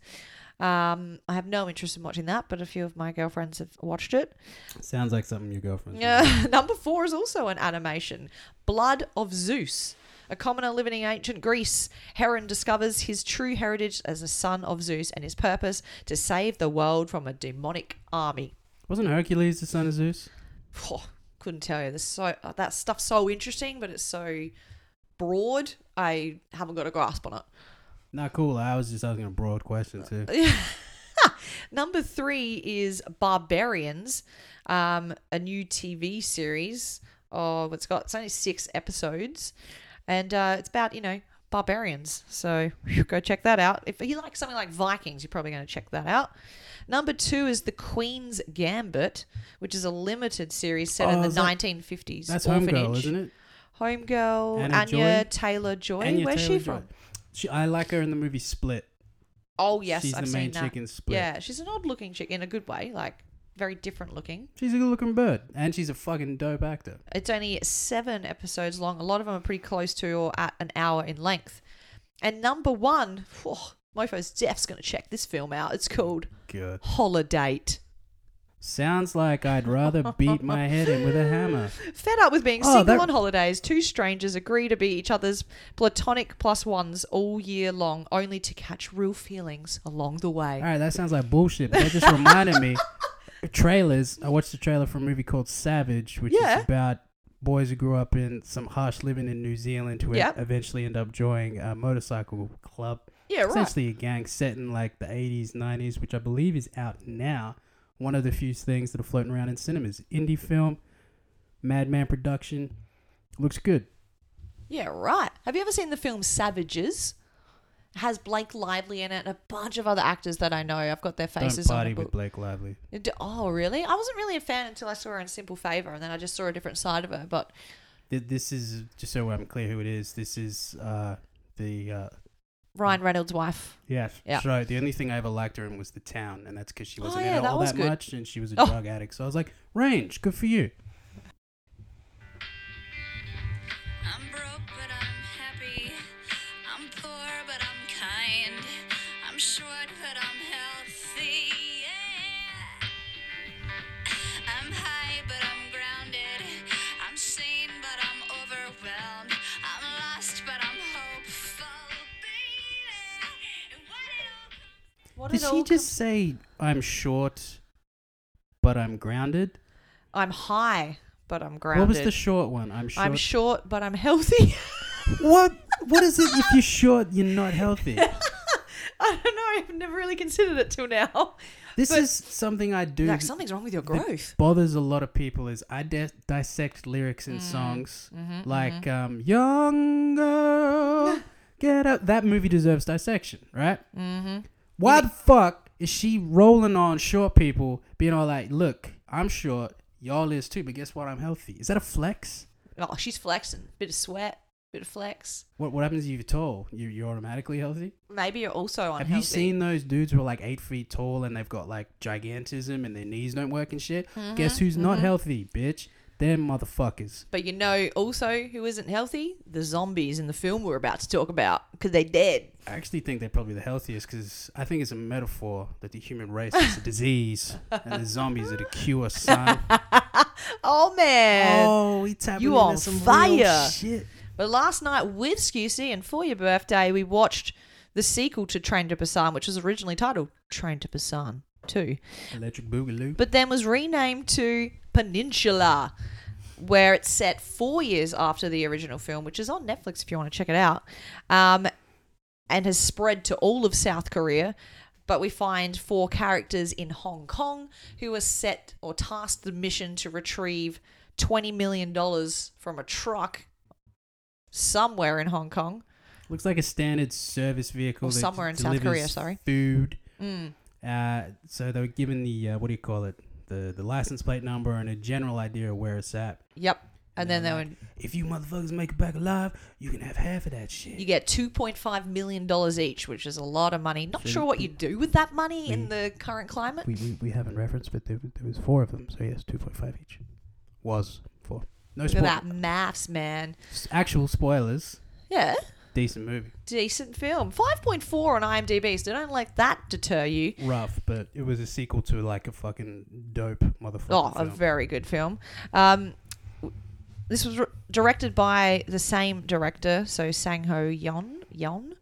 S2: Um, I have no interest in watching that, but a few of my girlfriends have watched it.
S1: Sounds like something your girlfriend.
S2: Yeah. Number four is also an animation Blood of Zeus. A commoner living in ancient Greece, Heron discovers his true heritage as a son of Zeus and his purpose to save the world from a demonic army.
S1: Wasn't Hercules the son of Zeus?
S2: Phew, couldn't tell you. There's so uh, that stuff's so interesting, but it's so broad. I haven't got a grasp on it.
S1: Not cool. I was just asking a broad question
S2: Uh,
S1: too.
S2: Number three is Barbarians, um, a new TV series. Oh, it's got it's only six episodes, and uh, it's about you know barbarians. So phew, go check that out. If you like something like Vikings, you're probably going to check that out. Number two is The Queen's Gambit, which is a limited series set in
S1: Oh,
S2: the
S1: is that-
S2: 1950s
S1: That's
S2: orphanage.
S1: homegirl, isn't it?
S2: Homegirl,
S1: Anna
S2: Anya, Taylor Joy. Where's she
S1: Taylor-Joy.
S2: from?
S1: She, I like her in the movie Split.
S2: Oh yes,
S1: she's
S2: I've
S1: the
S2: seen
S1: main
S2: that.
S1: chick in Split.
S2: Yeah, she's an odd-looking chick in a good way, like very different looking.
S1: She's a good-looking bird, and she's a fucking dope actor.
S2: It's only seven episodes long. A lot of them are pretty close to or at an hour in length. And number one, oh, Mofo's Jeff's gonna check this film out. It's called
S1: Good.
S2: Holiday.
S1: Sounds like I'd rather beat my head in with a hammer.
S2: Fed up with being
S1: Oh,
S2: single
S1: that-
S2: on holidays, two strangers agree to be each other's platonic plus ones all year long, only to catch real feelings along the way.
S1: All right, that sounds like bullshit. But that just reminded me. Trailers. I watched the trailer for a movie called Savage, which
S2: Yeah.
S1: is about boys who grew up in some harsh living in New Zealand who e-
S2: Yep.
S1: eventually end up joining a motorcycle club.
S2: Yeah, right.
S1: Essentially, a gang set in like the 80s, 90s, which I believe is out now. One of the few things that are floating around in cinemas. Indie film, Madman production. Looks good.
S2: Yeah, right. Have you ever seen the film Savages? It has Blake Lively in it and a bunch of other actors that I know. I've got their faces
S1: Don't party
S2: on the
S1: with
S2: book.
S1: Blake Lively.
S2: D- Oh, really? I wasn't really a fan until I saw her in Simple Favor, and then I just saw a different side of her. But
S1: Th- This is, just so I'm clear who it is, this is uh, the uh,
S2: Ryan Reynolds' wife.
S1: Yeah.
S2: Yeah.
S1: So the only thing I ever liked her in was the town, and that's because she
S2: Oh,
S1: wasn't
S2: yeah,
S1: in it
S2: that
S1: all
S2: was
S1: that
S2: good.
S1: much, and she was a
S2: Oh.
S1: drug addict. So I was like, range, good for you.
S5: I'm broke, but I'm happy. I'm poor, but I'm kind. I'm short, but I'm healthy. Yeah. I'm high, but I'm grounded. I'm sane, but I'm overwhelmed. I'm lost, but I'm hopeful. Baby. And what it all comes
S2: What
S1: Did
S2: it
S1: she
S2: all
S1: just say, "I'm short, but I'm grounded"?
S2: com- I'm high, but I'm grounded.
S1: What was the short one? I'm short.
S2: I'm short, but I'm healthy.
S1: what? What is it? If you're short, you're not healthy.
S2: I don't know. I've never really considered it till now.
S1: This
S2: But-
S1: is something I do.
S2: Like something's wrong with your
S1: that
S2: growth.
S1: bothers a lot of people is I dis- dissect lyrics in songs like um young girl get up that movie deserves dissection right mm-hmm. why the fuck is she rolling on short people being all like look I'm short y'all is too but guess what I'm healthy is that a flex
S2: Oh, she's flexing. Bit of sweat, bit of flex.
S1: what what happens if you're tall you you're automatically healthy
S2: Maybe you're also unhealthy.
S1: Have you seen those dudes who are like eight feet tall and they've got like gigantism and their knees don't work and shit? Guess who's not healthy, bitch? Them motherfuckers.
S2: But you know, also who isn't healthy? The zombies in the film we're about to talk about because they're dead.
S1: I actually think they're probably the healthiest because I think it's a metaphor that the human race is a disease and the zombies are the cure, son.
S2: Oh man!
S1: oh, he tapping
S2: You
S1: into
S2: on
S1: some real
S2: fire.
S1: shit.
S2: But last night with Scusi and for your birthday, we watched the sequel to Train to Busan, which was originally titled Train to Busan 2,
S1: Electric Boogaloo.
S2: but then was renamed to Peninsula, where it's set four years after the original film, which is on Netflix if you want to check it out, um, and has spread to all of South Korea. But we find four characters in Hong Kong who are set or tasked the mission to retrieve $20 million from a truck somewhere in Hong Kong.
S1: Looks like a standard service vehicle.
S2: Or
S1: that
S2: somewhere in South
S1: delivers
S2: Korea, sorry. Mm.
S1: Food. Uh, so they were given the uh, what do you call it? The the license plate number and a general idea of where it's at.
S2: Yep. And then they were,
S1: If you motherfuckers make it back alive, you can have half of that shit.
S2: you get $2.5 million each, which is a lot of money. Not sure what you do with that money in the current climate.
S1: we, we, we haven't referenced, but there, there was four of them, so yes, two point five each. Was four. No
S2: Look at
S1: spoilers.
S2: that maths, man.
S1: Actual spoilers.
S2: Yeah.
S1: Decent movie.
S2: Decent film. 5.4 on IMDb, so don't let that deter you.
S1: Rough, but it was a sequel to like a fucking dope motherfucker.
S2: Oh, a very good film. Um, w- this was r directed by the same director, so Sang Ho Yeon. Yeon,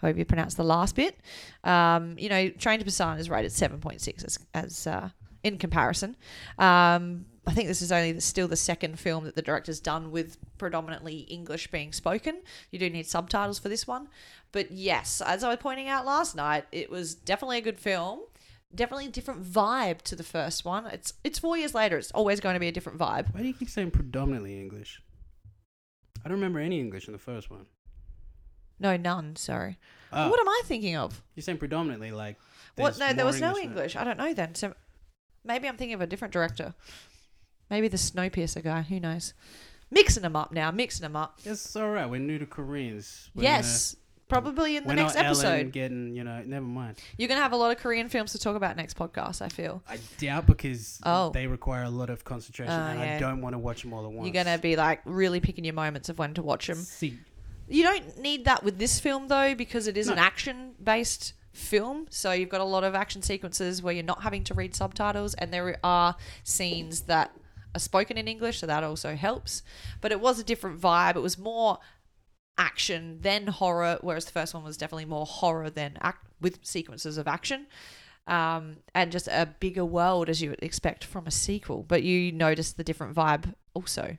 S2: however you pronounce the last bit. Um, you know, Train to Busan is rated seven point six as, as uh, in comparison. Um, I think this is only the, still the second film that the director's done with predominantly English being spoken. You do need subtitles for this one, but yes, as I was pointing out last night, it was definitely a good film definitely a different vibe to the first one. It's it's four years later. It's always going to be a different vibe.
S1: Why do you keep saying predominantly English? I don't remember any English in the first one.
S2: No, none. Sorry.
S1: Oh,
S2: What am I thinking of?
S1: You're saying predominantly like.
S2: What?
S1: there's
S2: No, there
S1: more
S2: was no
S1: in it.
S2: English. I don't know then. So maybe I'm thinking of a different director. Maybe the Snowpiercer guy. Who knows? Mixing them up now. Mixing them up.
S1: It's all right. We're new to Koreans. We're
S2: yes. Probably in
S1: Not,
S2: the
S1: we're
S2: next
S1: not
S2: episode.
S1: Ellen getting you know. Never mind.
S2: You're going to have a lot of Korean films to talk about next podcast, I feel.
S1: I doubt because
S2: Oh.
S1: they require a lot of concentration,
S2: Oh,
S1: and
S2: yeah.
S1: I don't want to watch them all at once.
S2: You're going to be like really picking your moments of when to watch them.
S1: see.
S2: You don't need that with this film though, because it is an
S1: No.
S2: action based film. So you've got a lot of action sequences where you're not having to read subtitles, and there are scenes that are spoken in English, so that also helps. But it was a different vibe. It was more action than horror, whereas the first one was definitely more horror than act with sequences of action. Um, and just a bigger world as you would expect from a sequel, but you notice the different vibe also.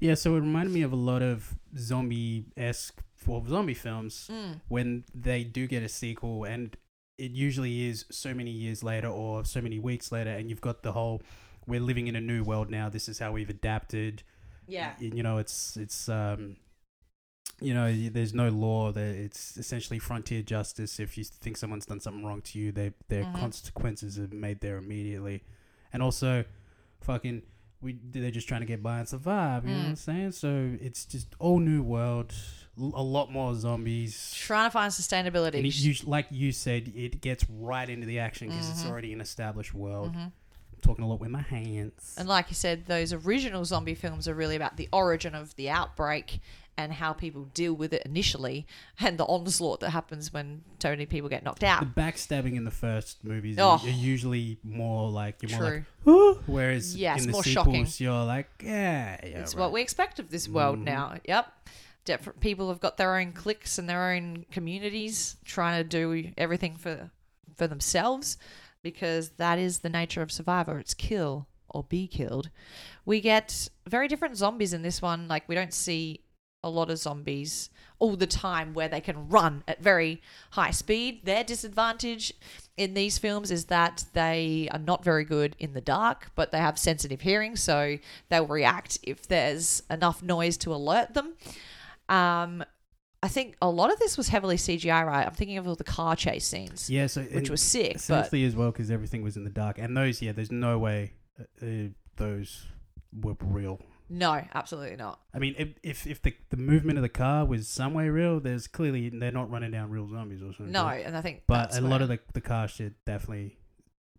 S1: Yeah, so it reminded me of a lot of zombie esque well, zombie films
S2: Mm.
S1: when they do get a sequel and it usually is so many years later or so many weeks later and you've got the whole we're living in a new world now, this is how we've adapted.
S2: Yeah.
S1: Y- You know, it's it's um you know, y- there's no law that it's essentially frontier justice. If you think someone's done something wrong to you, they their
S2: Mhm.
S1: consequences are made there immediately. And also fucking we they're just trying to get by and survive. You know what I'm saying? So it's just all new world, l- a lot more zombies.
S2: Trying to find sustainability.
S1: And it, you, like you said, it gets right into the action because it's already an established world.
S2: Mm-hmm.
S1: I'm talking a lot with my hands.
S2: And like you said, those original zombie films are really about the origin of the outbreak and how people deal with it initially and the onslaught that happens when so many people get knocked out.
S1: the backstabbing in the first movies
S2: Oh.
S1: are are usually more like you're more like,
S2: True.
S1: "Huh?" whereas
S2: Yes,
S1: in the
S2: more
S1: sequels
S2: shocking.
S1: you're like, yeah, yeah
S2: it's
S1: right."
S2: what we expect of this world now. Yep. Different people have got their own cliques and their own communities trying to do everything for for themselves because that is the nature of survivor. It's kill or be killed. We get very different zombies in this one. Like we don't see a lot of zombies all the time where they can run at very high speed. Their disadvantage in these films is that they are not very good in the dark, but they have sensitive hearing, so they'll react if there's enough noise to alert them. Um, I think a lot of this was heavily CGI, right? I'm thinking of all the car chase scenes.
S1: yeah, so
S2: which was sick, but-
S1: essentially as well because everything was in the dark. And those, yeah, there's no way uh, uh, those were real.
S2: No, absolutely not.
S1: I mean, if if, if the, the movement of the car was some way real, there's clearly they're not running down real zombies or something.
S2: No, and I think
S1: Mm-hmm. but
S2: that's
S1: a lot
S2: where-
S1: of the, the car shit definitely,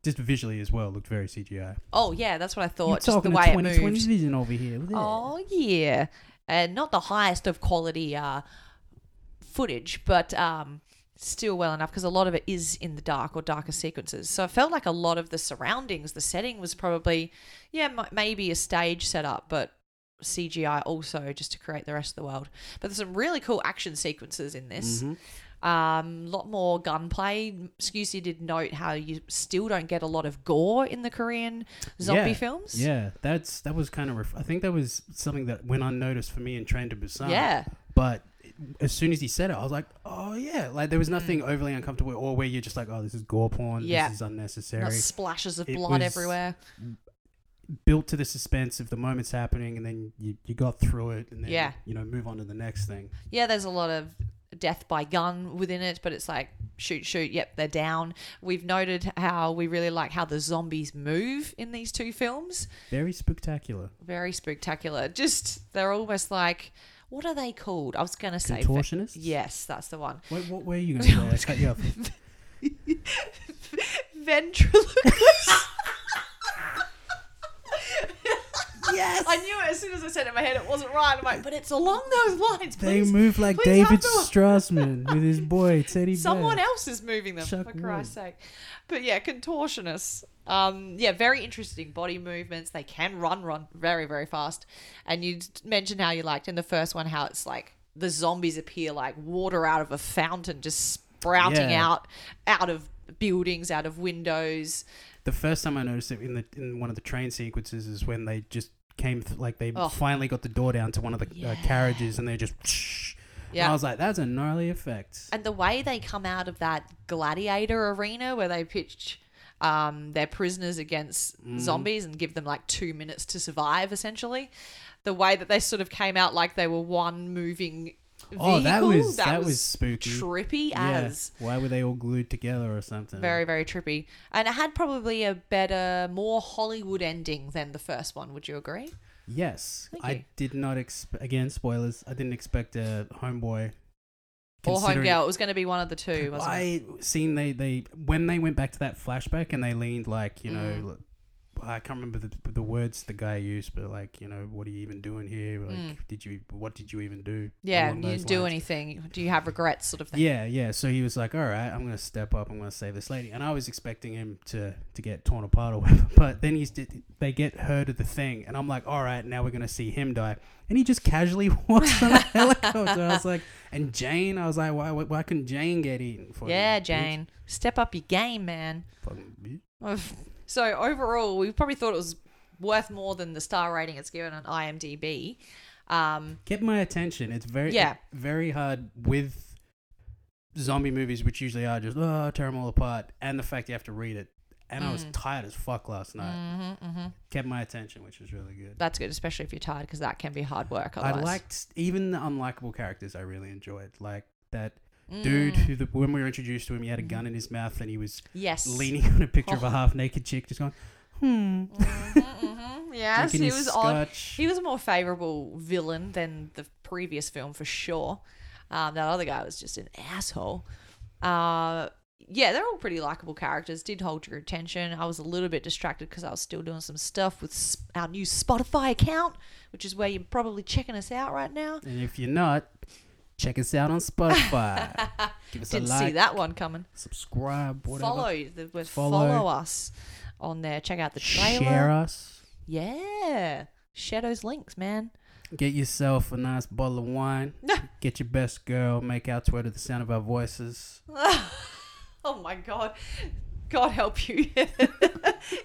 S1: just visually as well, looked very CGI.
S2: oh yeah, that's what I
S1: You're
S2: thought. Just the
S1: talking to
S2: way it
S1: 2020
S2: moved.
S1: vision over here. look at that.
S2: Oh yeah, and not the highest of quality uh, footage, but um, still well enough because a lot of it is in the dark or darker sequences. So I felt like a lot of the surroundings, the setting was probably yeah m- maybe a stage setup, but CGI also just to create the rest of the world. But there's some really cool action sequences in this.
S1: Mm-hmm.
S2: Um, lot more gunplay. Scusi did note how you still don't get a lot of gore in the Korean zombie
S1: yeah.
S2: films.
S1: Yeah, that's that was kind of. Ref- I think that was something that went unnoticed for me in Train to Busan.
S2: Yeah.
S1: but as soon as he said it, I was like, oh yeah, like there was nothing overly uncomfortable or where you're just like, oh, this is gore porn.
S2: Mm. Yeah.
S1: this is unnecessary.
S2: Not splashes of
S1: It
S2: blood
S1: was-
S2: everywhere.
S1: Built to the suspense of the moment's happening, and then you, you got through it, and then
S2: Yeah.
S1: you know move on to the next thing.
S2: yeah, there's a lot of death by gun within it, but it's like shoot, shoot, yep, they're down. We've noted how we really like how the zombies move in these two films.
S1: Very spectacular.
S2: Very spectacular. Just they're almost like what are they called? I was gonna say
S1: Contortionists?
S2: Yes, that's the one.
S1: Wait, what were you going to say? I cut you off.
S2: Ventriloquist. Yes, I knew it as soon as I said it in my head. It wasn't right. I'm like, but it's along those lines.
S1: They
S2: please-
S1: move like
S2: please have
S1: David
S2: the-
S1: Strassman with his boy Teddy. Bear.
S2: Someone else is moving them,
S1: Chuck
S2: for Christ's sake. But yeah, contortionists. Um, yeah, very interesting body movements. They can run, run very, very fast. And you d- mentioned how you liked in the first one how it's like the zombies appear like water out of a fountain, just sprouting
S1: Yeah.
S2: out, out of buildings, out of windows.
S1: The first time I noticed it in the in one of the train sequences is when they just came th- like they
S2: Oh.
S1: finally got the door down to one of the uh, carriages and they just. Yeah.
S2: Yeah.
S1: I was like, that's a gnarly effect.
S2: And the way they come out of that gladiator arena where they pitch um, their prisoners against
S1: Mm-hmm.
S2: zombies and give them like two minutes to survive, essentially, the way that they sort of came out like they were one moving vehicle.
S1: Oh, that was- that was spooky.
S2: Trippy
S1: Yeah. Uh-huh.
S2: as.
S1: Why were they all glued together or something?
S2: Very, very trippy. And it had probably a better, more Hollywood ending than the first one. Would you agree?
S1: Yes,
S2: Thank
S1: I
S2: you.
S1: did not expect. Again, spoilers. I didn't expect a homeboy.
S2: Or
S1: considering-
S2: Homegirl. It was going to be one of the two, wasn't it?
S1: I seen they they when they went back to that flashback and they leaned like you
S2: Mm.
S1: know like- I can't remember the the words the guy used but like you know what are you even doing here like did you what did you even do
S2: Mm. Yeah,
S1: Along
S2: you didn't
S1: those
S2: do
S1: lines.
S2: anything. Do you have regrets, sort of thing?
S1: yeah yeah so he was like all right I'm gonna step up I'm gonna save this lady and I was expecting him to to get torn apart or whatever but then he's did they get her to the thing and I'm like all right now we're gonna see him die and he just casually walks on a helicopter I was like and Jane I was like why why, why couldn't Jane get eaten for
S2: Yeah, Jane. Step up your game, man. So overall, we probably thought it was worth more than the star rating it's given on IMDb. Um,
S1: get my attention. It's very
S2: Yeah.
S1: very hard with zombie movies, which usually are just oh tear them all apart, and the fact you have to read it. And I
S2: Mm.
S1: was tired as fuck last night. Kept my attention, which was really good.
S2: that's good, especially if you're tired, because that can be hard work.
S1: I
S2: Otherwise.
S1: liked even the unlikable characters. I really enjoyed like that.
S2: Mm,
S1: Dude, who the, when we were introduced to him, he had a
S2: Mm-hmm.
S1: gun in his mouth and he was
S2: Yes.
S1: leaning on a picture
S2: oh.
S1: of a half naked chick, just going, hmm.
S2: Mm-hmm, Yes,
S1: drinking
S2: he
S1: his
S2: was odd.
S1: scotch.
S2: He was a more favourable villain than the previous film for sure. Um, that other guy was just an asshole. Uh, yeah, they're all pretty likable characters. Did hold your attention. I was a little bit distracted because I was still doing some stuff with sp- our new Spotify account, which is where you're probably checking us out right now.
S1: And if you're not, check us out on Spotify. Give us
S2: Didn't
S1: a like,
S2: see that one coming.
S1: subscribe, whatever.
S2: Follow the word
S1: Follow.
S2: follow. us on there. Check out the trailer.
S1: share us.
S2: Yeah, share those links, man.
S1: Get yourself a nice bottle of wine. Get your best girl. Make out to her to the sound of our voices.
S2: Oh my god. God help you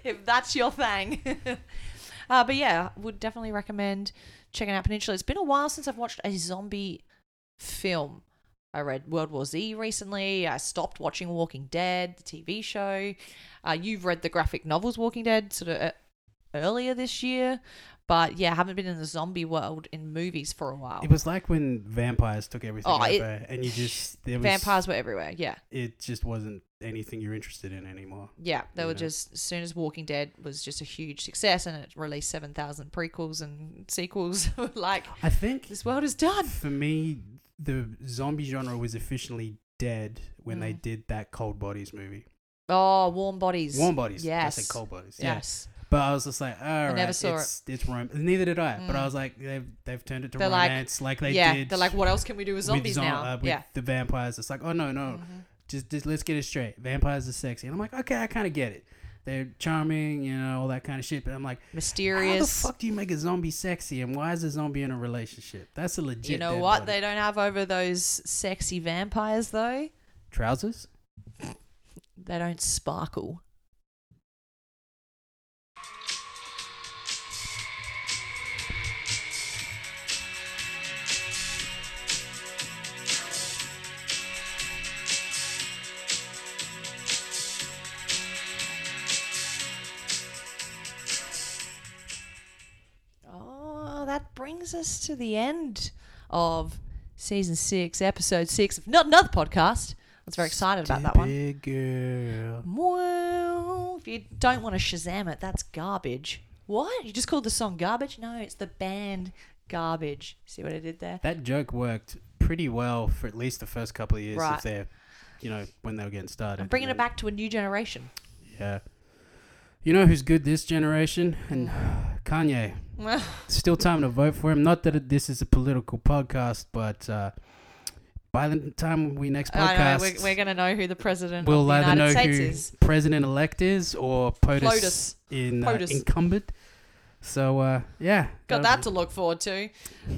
S2: if that's your thing. uh, but yeah, would definitely recommend checking out Peninsula. It's been a while since I've watched a zombie film. I read World War Z recently. I stopped watching Walking Dead, the TV show. Uh, you've read the graphic novels Walking Dead sort of uh, earlier this year. But yeah, I haven't been in the zombie world in movies for a while.
S1: It was like when vampires took everything
S2: Oh,
S1: over,
S2: it-
S1: and you just there was
S2: Vampires were everywhere. Yeah.
S1: It just wasn't anything you're interested in anymore.
S2: Yeah, they were
S1: know?
S2: just as soon as Walking Dead was just a huge success and it released seven thousand prequels and sequels. like
S1: I think
S2: Oh. this world is done.
S1: for me, the zombie genre was officially dead when they did that Cold Bodies movie.
S2: Oh, Warm Bodies.
S1: Warm Bodies.
S2: Mm. Yes.
S1: I said Cold Bodies. Yeah.
S2: Yes.
S1: But I was just like, all right,
S2: never saw Mm.
S1: it's, it's rom- Neither did I. But I was like, they've they've turned it to
S2: They're like-
S1: romance, like, they
S2: yeah.
S1: did.
S2: They're like, what else can we do with zombies
S1: zom-
S2: now?
S1: uh, with
S2: yeah. Mm-hmm.
S1: the vampires. It's like, oh no, no, just, just let's get it straight. Vampires are sexy, and I'm like, okay, I kind of get it. they're charming, you know, all that kind of shit. But I'm like,
S2: Mysterious.
S1: How the fuck do you make a zombie sexy, and why is a zombie in a relationship? That's a legit.
S2: you know
S1: dead
S2: what
S1: body.
S2: they don't have over those sexy vampires though?
S1: trousers.
S2: They don't sparkle. Oh, that brings us to the end of season six, episode six of not another podcast. I was very excited about that one.
S1: Big
S2: Mm.
S1: girl.
S2: Well, if you don't want to Shazam it, that's garbage. What? You just called the song garbage? No, it's the band garbage. See what I did there?
S1: That joke worked pretty well for at least the first couple of years
S2: Right.
S1: if they're, you know, when they were getting started.
S2: I'm bringing it back to a new generation.
S1: Yeah. You know who's good this generation? And Kanye. Still time to vote for him. Not that it, this is a political podcast, but uh, by the time we next
S2: I know,
S1: podcast,
S2: we're, we're going to know who the president
S1: we'll
S2: of the
S1: either
S2: United
S1: know
S2: States
S1: who
S2: is.
S1: president elect is or POTUS,
S2: POTUS.
S1: in uh,
S2: POTUS.
S1: incumbent. So uh, yeah, that'll
S2: Got that to look forward to.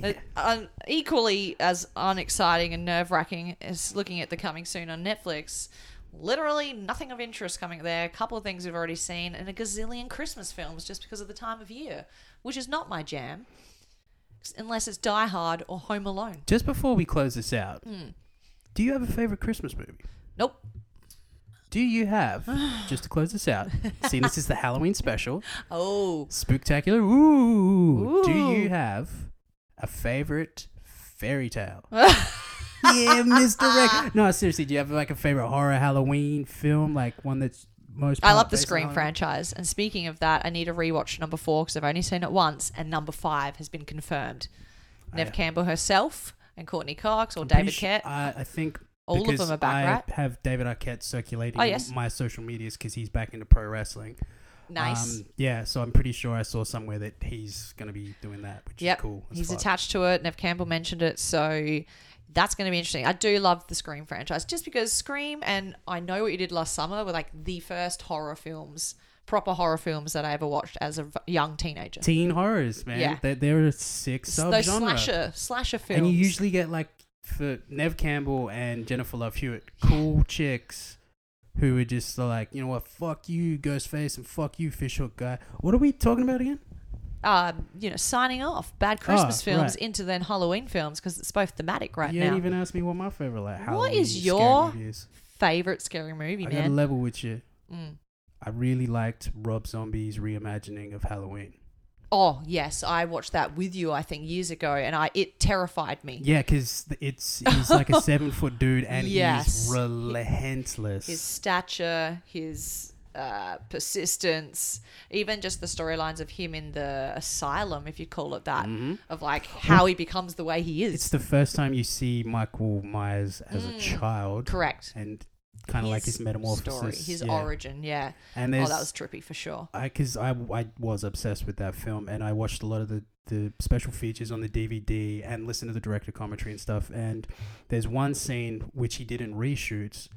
S2: Uh, un- equally as unexciting and nerve wracking is looking at the coming soon on Netflix. Literally nothing of interest coming there. A couple of things we've already seen, and a gazillion Christmas films just because of the time of year, which is not my jam, s- unless it's Die Hard or Home Alone.
S1: Just before we close this out,
S2: Hmm.
S1: do you have a favorite Christmas movie?
S2: Nope.
S1: Do you have, just to close this out, seeing this is the Halloween special,
S2: Oh,
S1: spooktacular, ooh, do
S2: Ooh.
S1: you have a favorite fairy tale? yeah, Mr. Rick. No, seriously, do you have like a favorite horror Halloween film, like one that's most?
S2: I
S1: part
S2: love the
S1: based on
S2: Scream
S1: Halloween?
S2: franchise. And speaking of that, I need to rewatch number four because I've only seen it once, and number five has been confirmed. Nev
S1: Oh, yeah.
S2: Campbell herself and Courtney Cox or
S1: I'm pretty
S2: David
S1: su-
S2: Kett.
S1: I, I think.
S2: All of
S1: because
S2: them are back,
S1: I
S2: right?
S1: have David Arquette circulating
S2: Oh, yes.
S1: my social medias because he's back into pro wrestling.
S2: nice.
S1: Um, yeah, so I'm pretty sure I saw somewhere that he's going to be doing that, which
S2: Yep.
S1: is cool. as
S2: He's
S1: fuck.
S2: attached to it. Nev Campbell mentioned it. So that's going to be interesting. I do love the Scream franchise just because Scream and I Know What You Did Last Summer were like the first horror films, proper horror films that I ever watched as a v- young teenager.
S1: Teen horrors, man.
S2: Yeah.
S1: They're, they're a sick sub
S2: Those
S1: genre.
S2: slasher, slasher films.
S1: And you usually get like for Nev Campbell and Jennifer Love Hewitt, cool chicks who are just like, you know what, fuck you, Ghostface, and fuck you, Fishhook guy. What are we talking about again?
S2: um, you know, signing off bad Christmas
S1: Ah,
S2: films
S1: right.
S2: into then Halloween films because it's both thematic right
S1: you
S2: now.
S1: didn't even ask me what my favorite like.
S2: What
S1: Halloween
S2: is
S1: scary
S2: your
S1: movie is.
S2: Favorite scary movie,
S1: I got to
S2: man.
S1: level with you.
S2: Mm.
S1: I really liked Rob Zombie's reimagining of Halloween.
S2: Oh yes, I watched that with you. I think years ago, and I it terrified me.
S1: Yeah, because it's he's like a seven foot dude and
S2: Yes.
S1: he's relentless.
S2: his stature, his uh, persistence, even just the storylines of him in the asylum, if you call it that, of like how he becomes the way he is.
S1: Mm-hmm. it's the first time you see Michael Myers as
S2: Mm.
S1: a child,
S2: Correct.
S1: And kind of like his metamorphosis,
S2: story, his
S1: yeah.
S2: origin, yeah.
S1: And
S2: Oh,
S1: there's,
S2: that was trippy for sure.
S1: I because I, I was obsessed with that film, and I watched a lot of the the special features on the DVD and listened to the director commentary and stuff. And there's one scene which he did in reshoots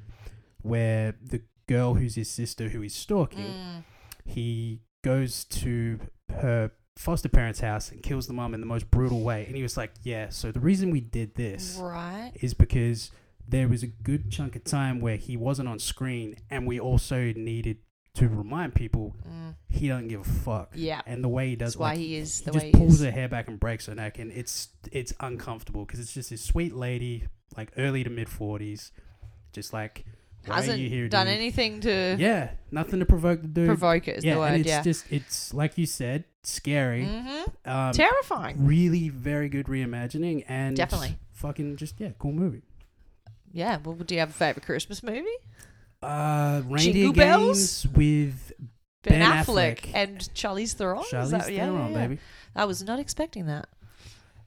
S1: where the girl who's his sister who he's stalking,
S2: Mm.
S1: he goes to her foster parents' house and kills the mom in the most brutal way. And he was like, "Yeah, so the reason we did this."
S2: Right.
S1: is because there was a good chunk of time where he wasn't on screen, and we also needed to remind people he doesn't give a fuck.
S2: Mm, Yeah.
S1: and the way he does,
S2: That's why
S1: like,
S2: he is the
S1: just
S2: way he
S1: pulls
S2: is.
S1: her hair back and breaks her neck, and it's it's uncomfortable because it's just this sweet lady, like early to mid forties, just like why are you here,
S2: Hasn't done
S1: dude?
S2: anything to
S1: Yeah, nothing to provoke the dude.
S2: provoke it. Is
S1: yeah,
S2: the word?
S1: and it's
S2: yeah.
S1: just it's like you said, scary.
S2: hmm
S1: Um,
S2: Terrifying.
S1: really very good reimagining and
S2: Definitely.
S1: fucking just yeah, cool movie.
S2: Yeah. Well, do you have a favorite Christmas movie?
S1: Uh,
S2: Jingle
S1: Reindeer
S2: Bells?
S1: Games with
S2: Ben,
S1: Ben
S2: Affleck,
S1: Affleck.
S2: and Charlize Theron. Oh, Is
S1: Charlize
S2: that- yeah,
S1: Theron,
S2: yeah, yeah.
S1: baby.
S2: I was not expecting that.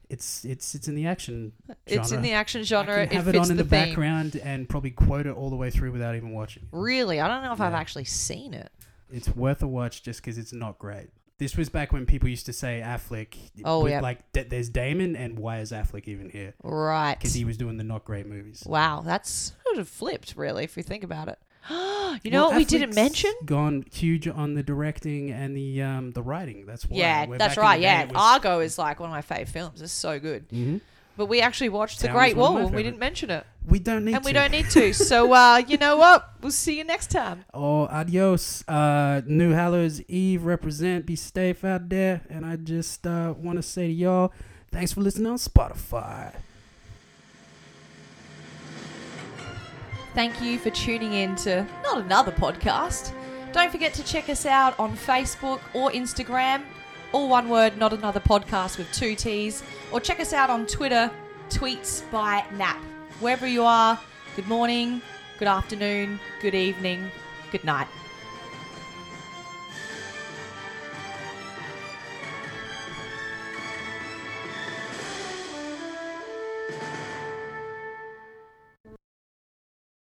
S1: It's it's it's in the action.
S2: It's in the action genre.
S1: I can have it,
S2: fits
S1: on in
S2: the,
S1: the,
S2: theme.
S1: background and probably quote it all the way through without even watching. it.
S2: Really, I don't know if I've
S1: Yeah.
S2: actually seen it.
S1: It's worth a watch just because it's not great. This was back when people used to say Affleck.
S2: Oh,
S1: with,
S2: yeah.
S1: Like th- there's Damon and why is Affleck even here?
S2: Right.
S1: Because he was doing the not great movies.
S2: Wow, that's sort of flipped, really, if you think about it. you know
S1: Well,
S2: what we didn't
S1: Affleck's
S2: mention?
S1: Gone huge on the directing and the um the writing. That's why.
S2: Yeah,
S1: where
S2: that's
S1: back in the
S2: right.
S1: day
S2: Yeah,
S1: it was-
S2: Argo is like one of my favorite films. It's so good.
S1: Mhm.
S2: But we actually watched The
S1: Town
S2: Great
S1: is one of
S2: Wall
S1: my
S2: and we
S1: favourite.
S2: didn't mention it.
S1: We don't need.
S2: and we
S1: to.
S2: don't need to. So uh, you know what? We'll see you next time.
S1: Oh, adios. Uh, New Hallows Eve represent. Be safe out there. And I just uh, want to say to y'all, thanks for listening on Spotify.
S2: Thank you for tuning in to not another podcast. Don't forget to check us out on Facebook or Instagram, all one word, not another podcast with two T's, or check us out on Twitter, tweets by Nap. Wherever you are, good morning, good afternoon, good evening, good night.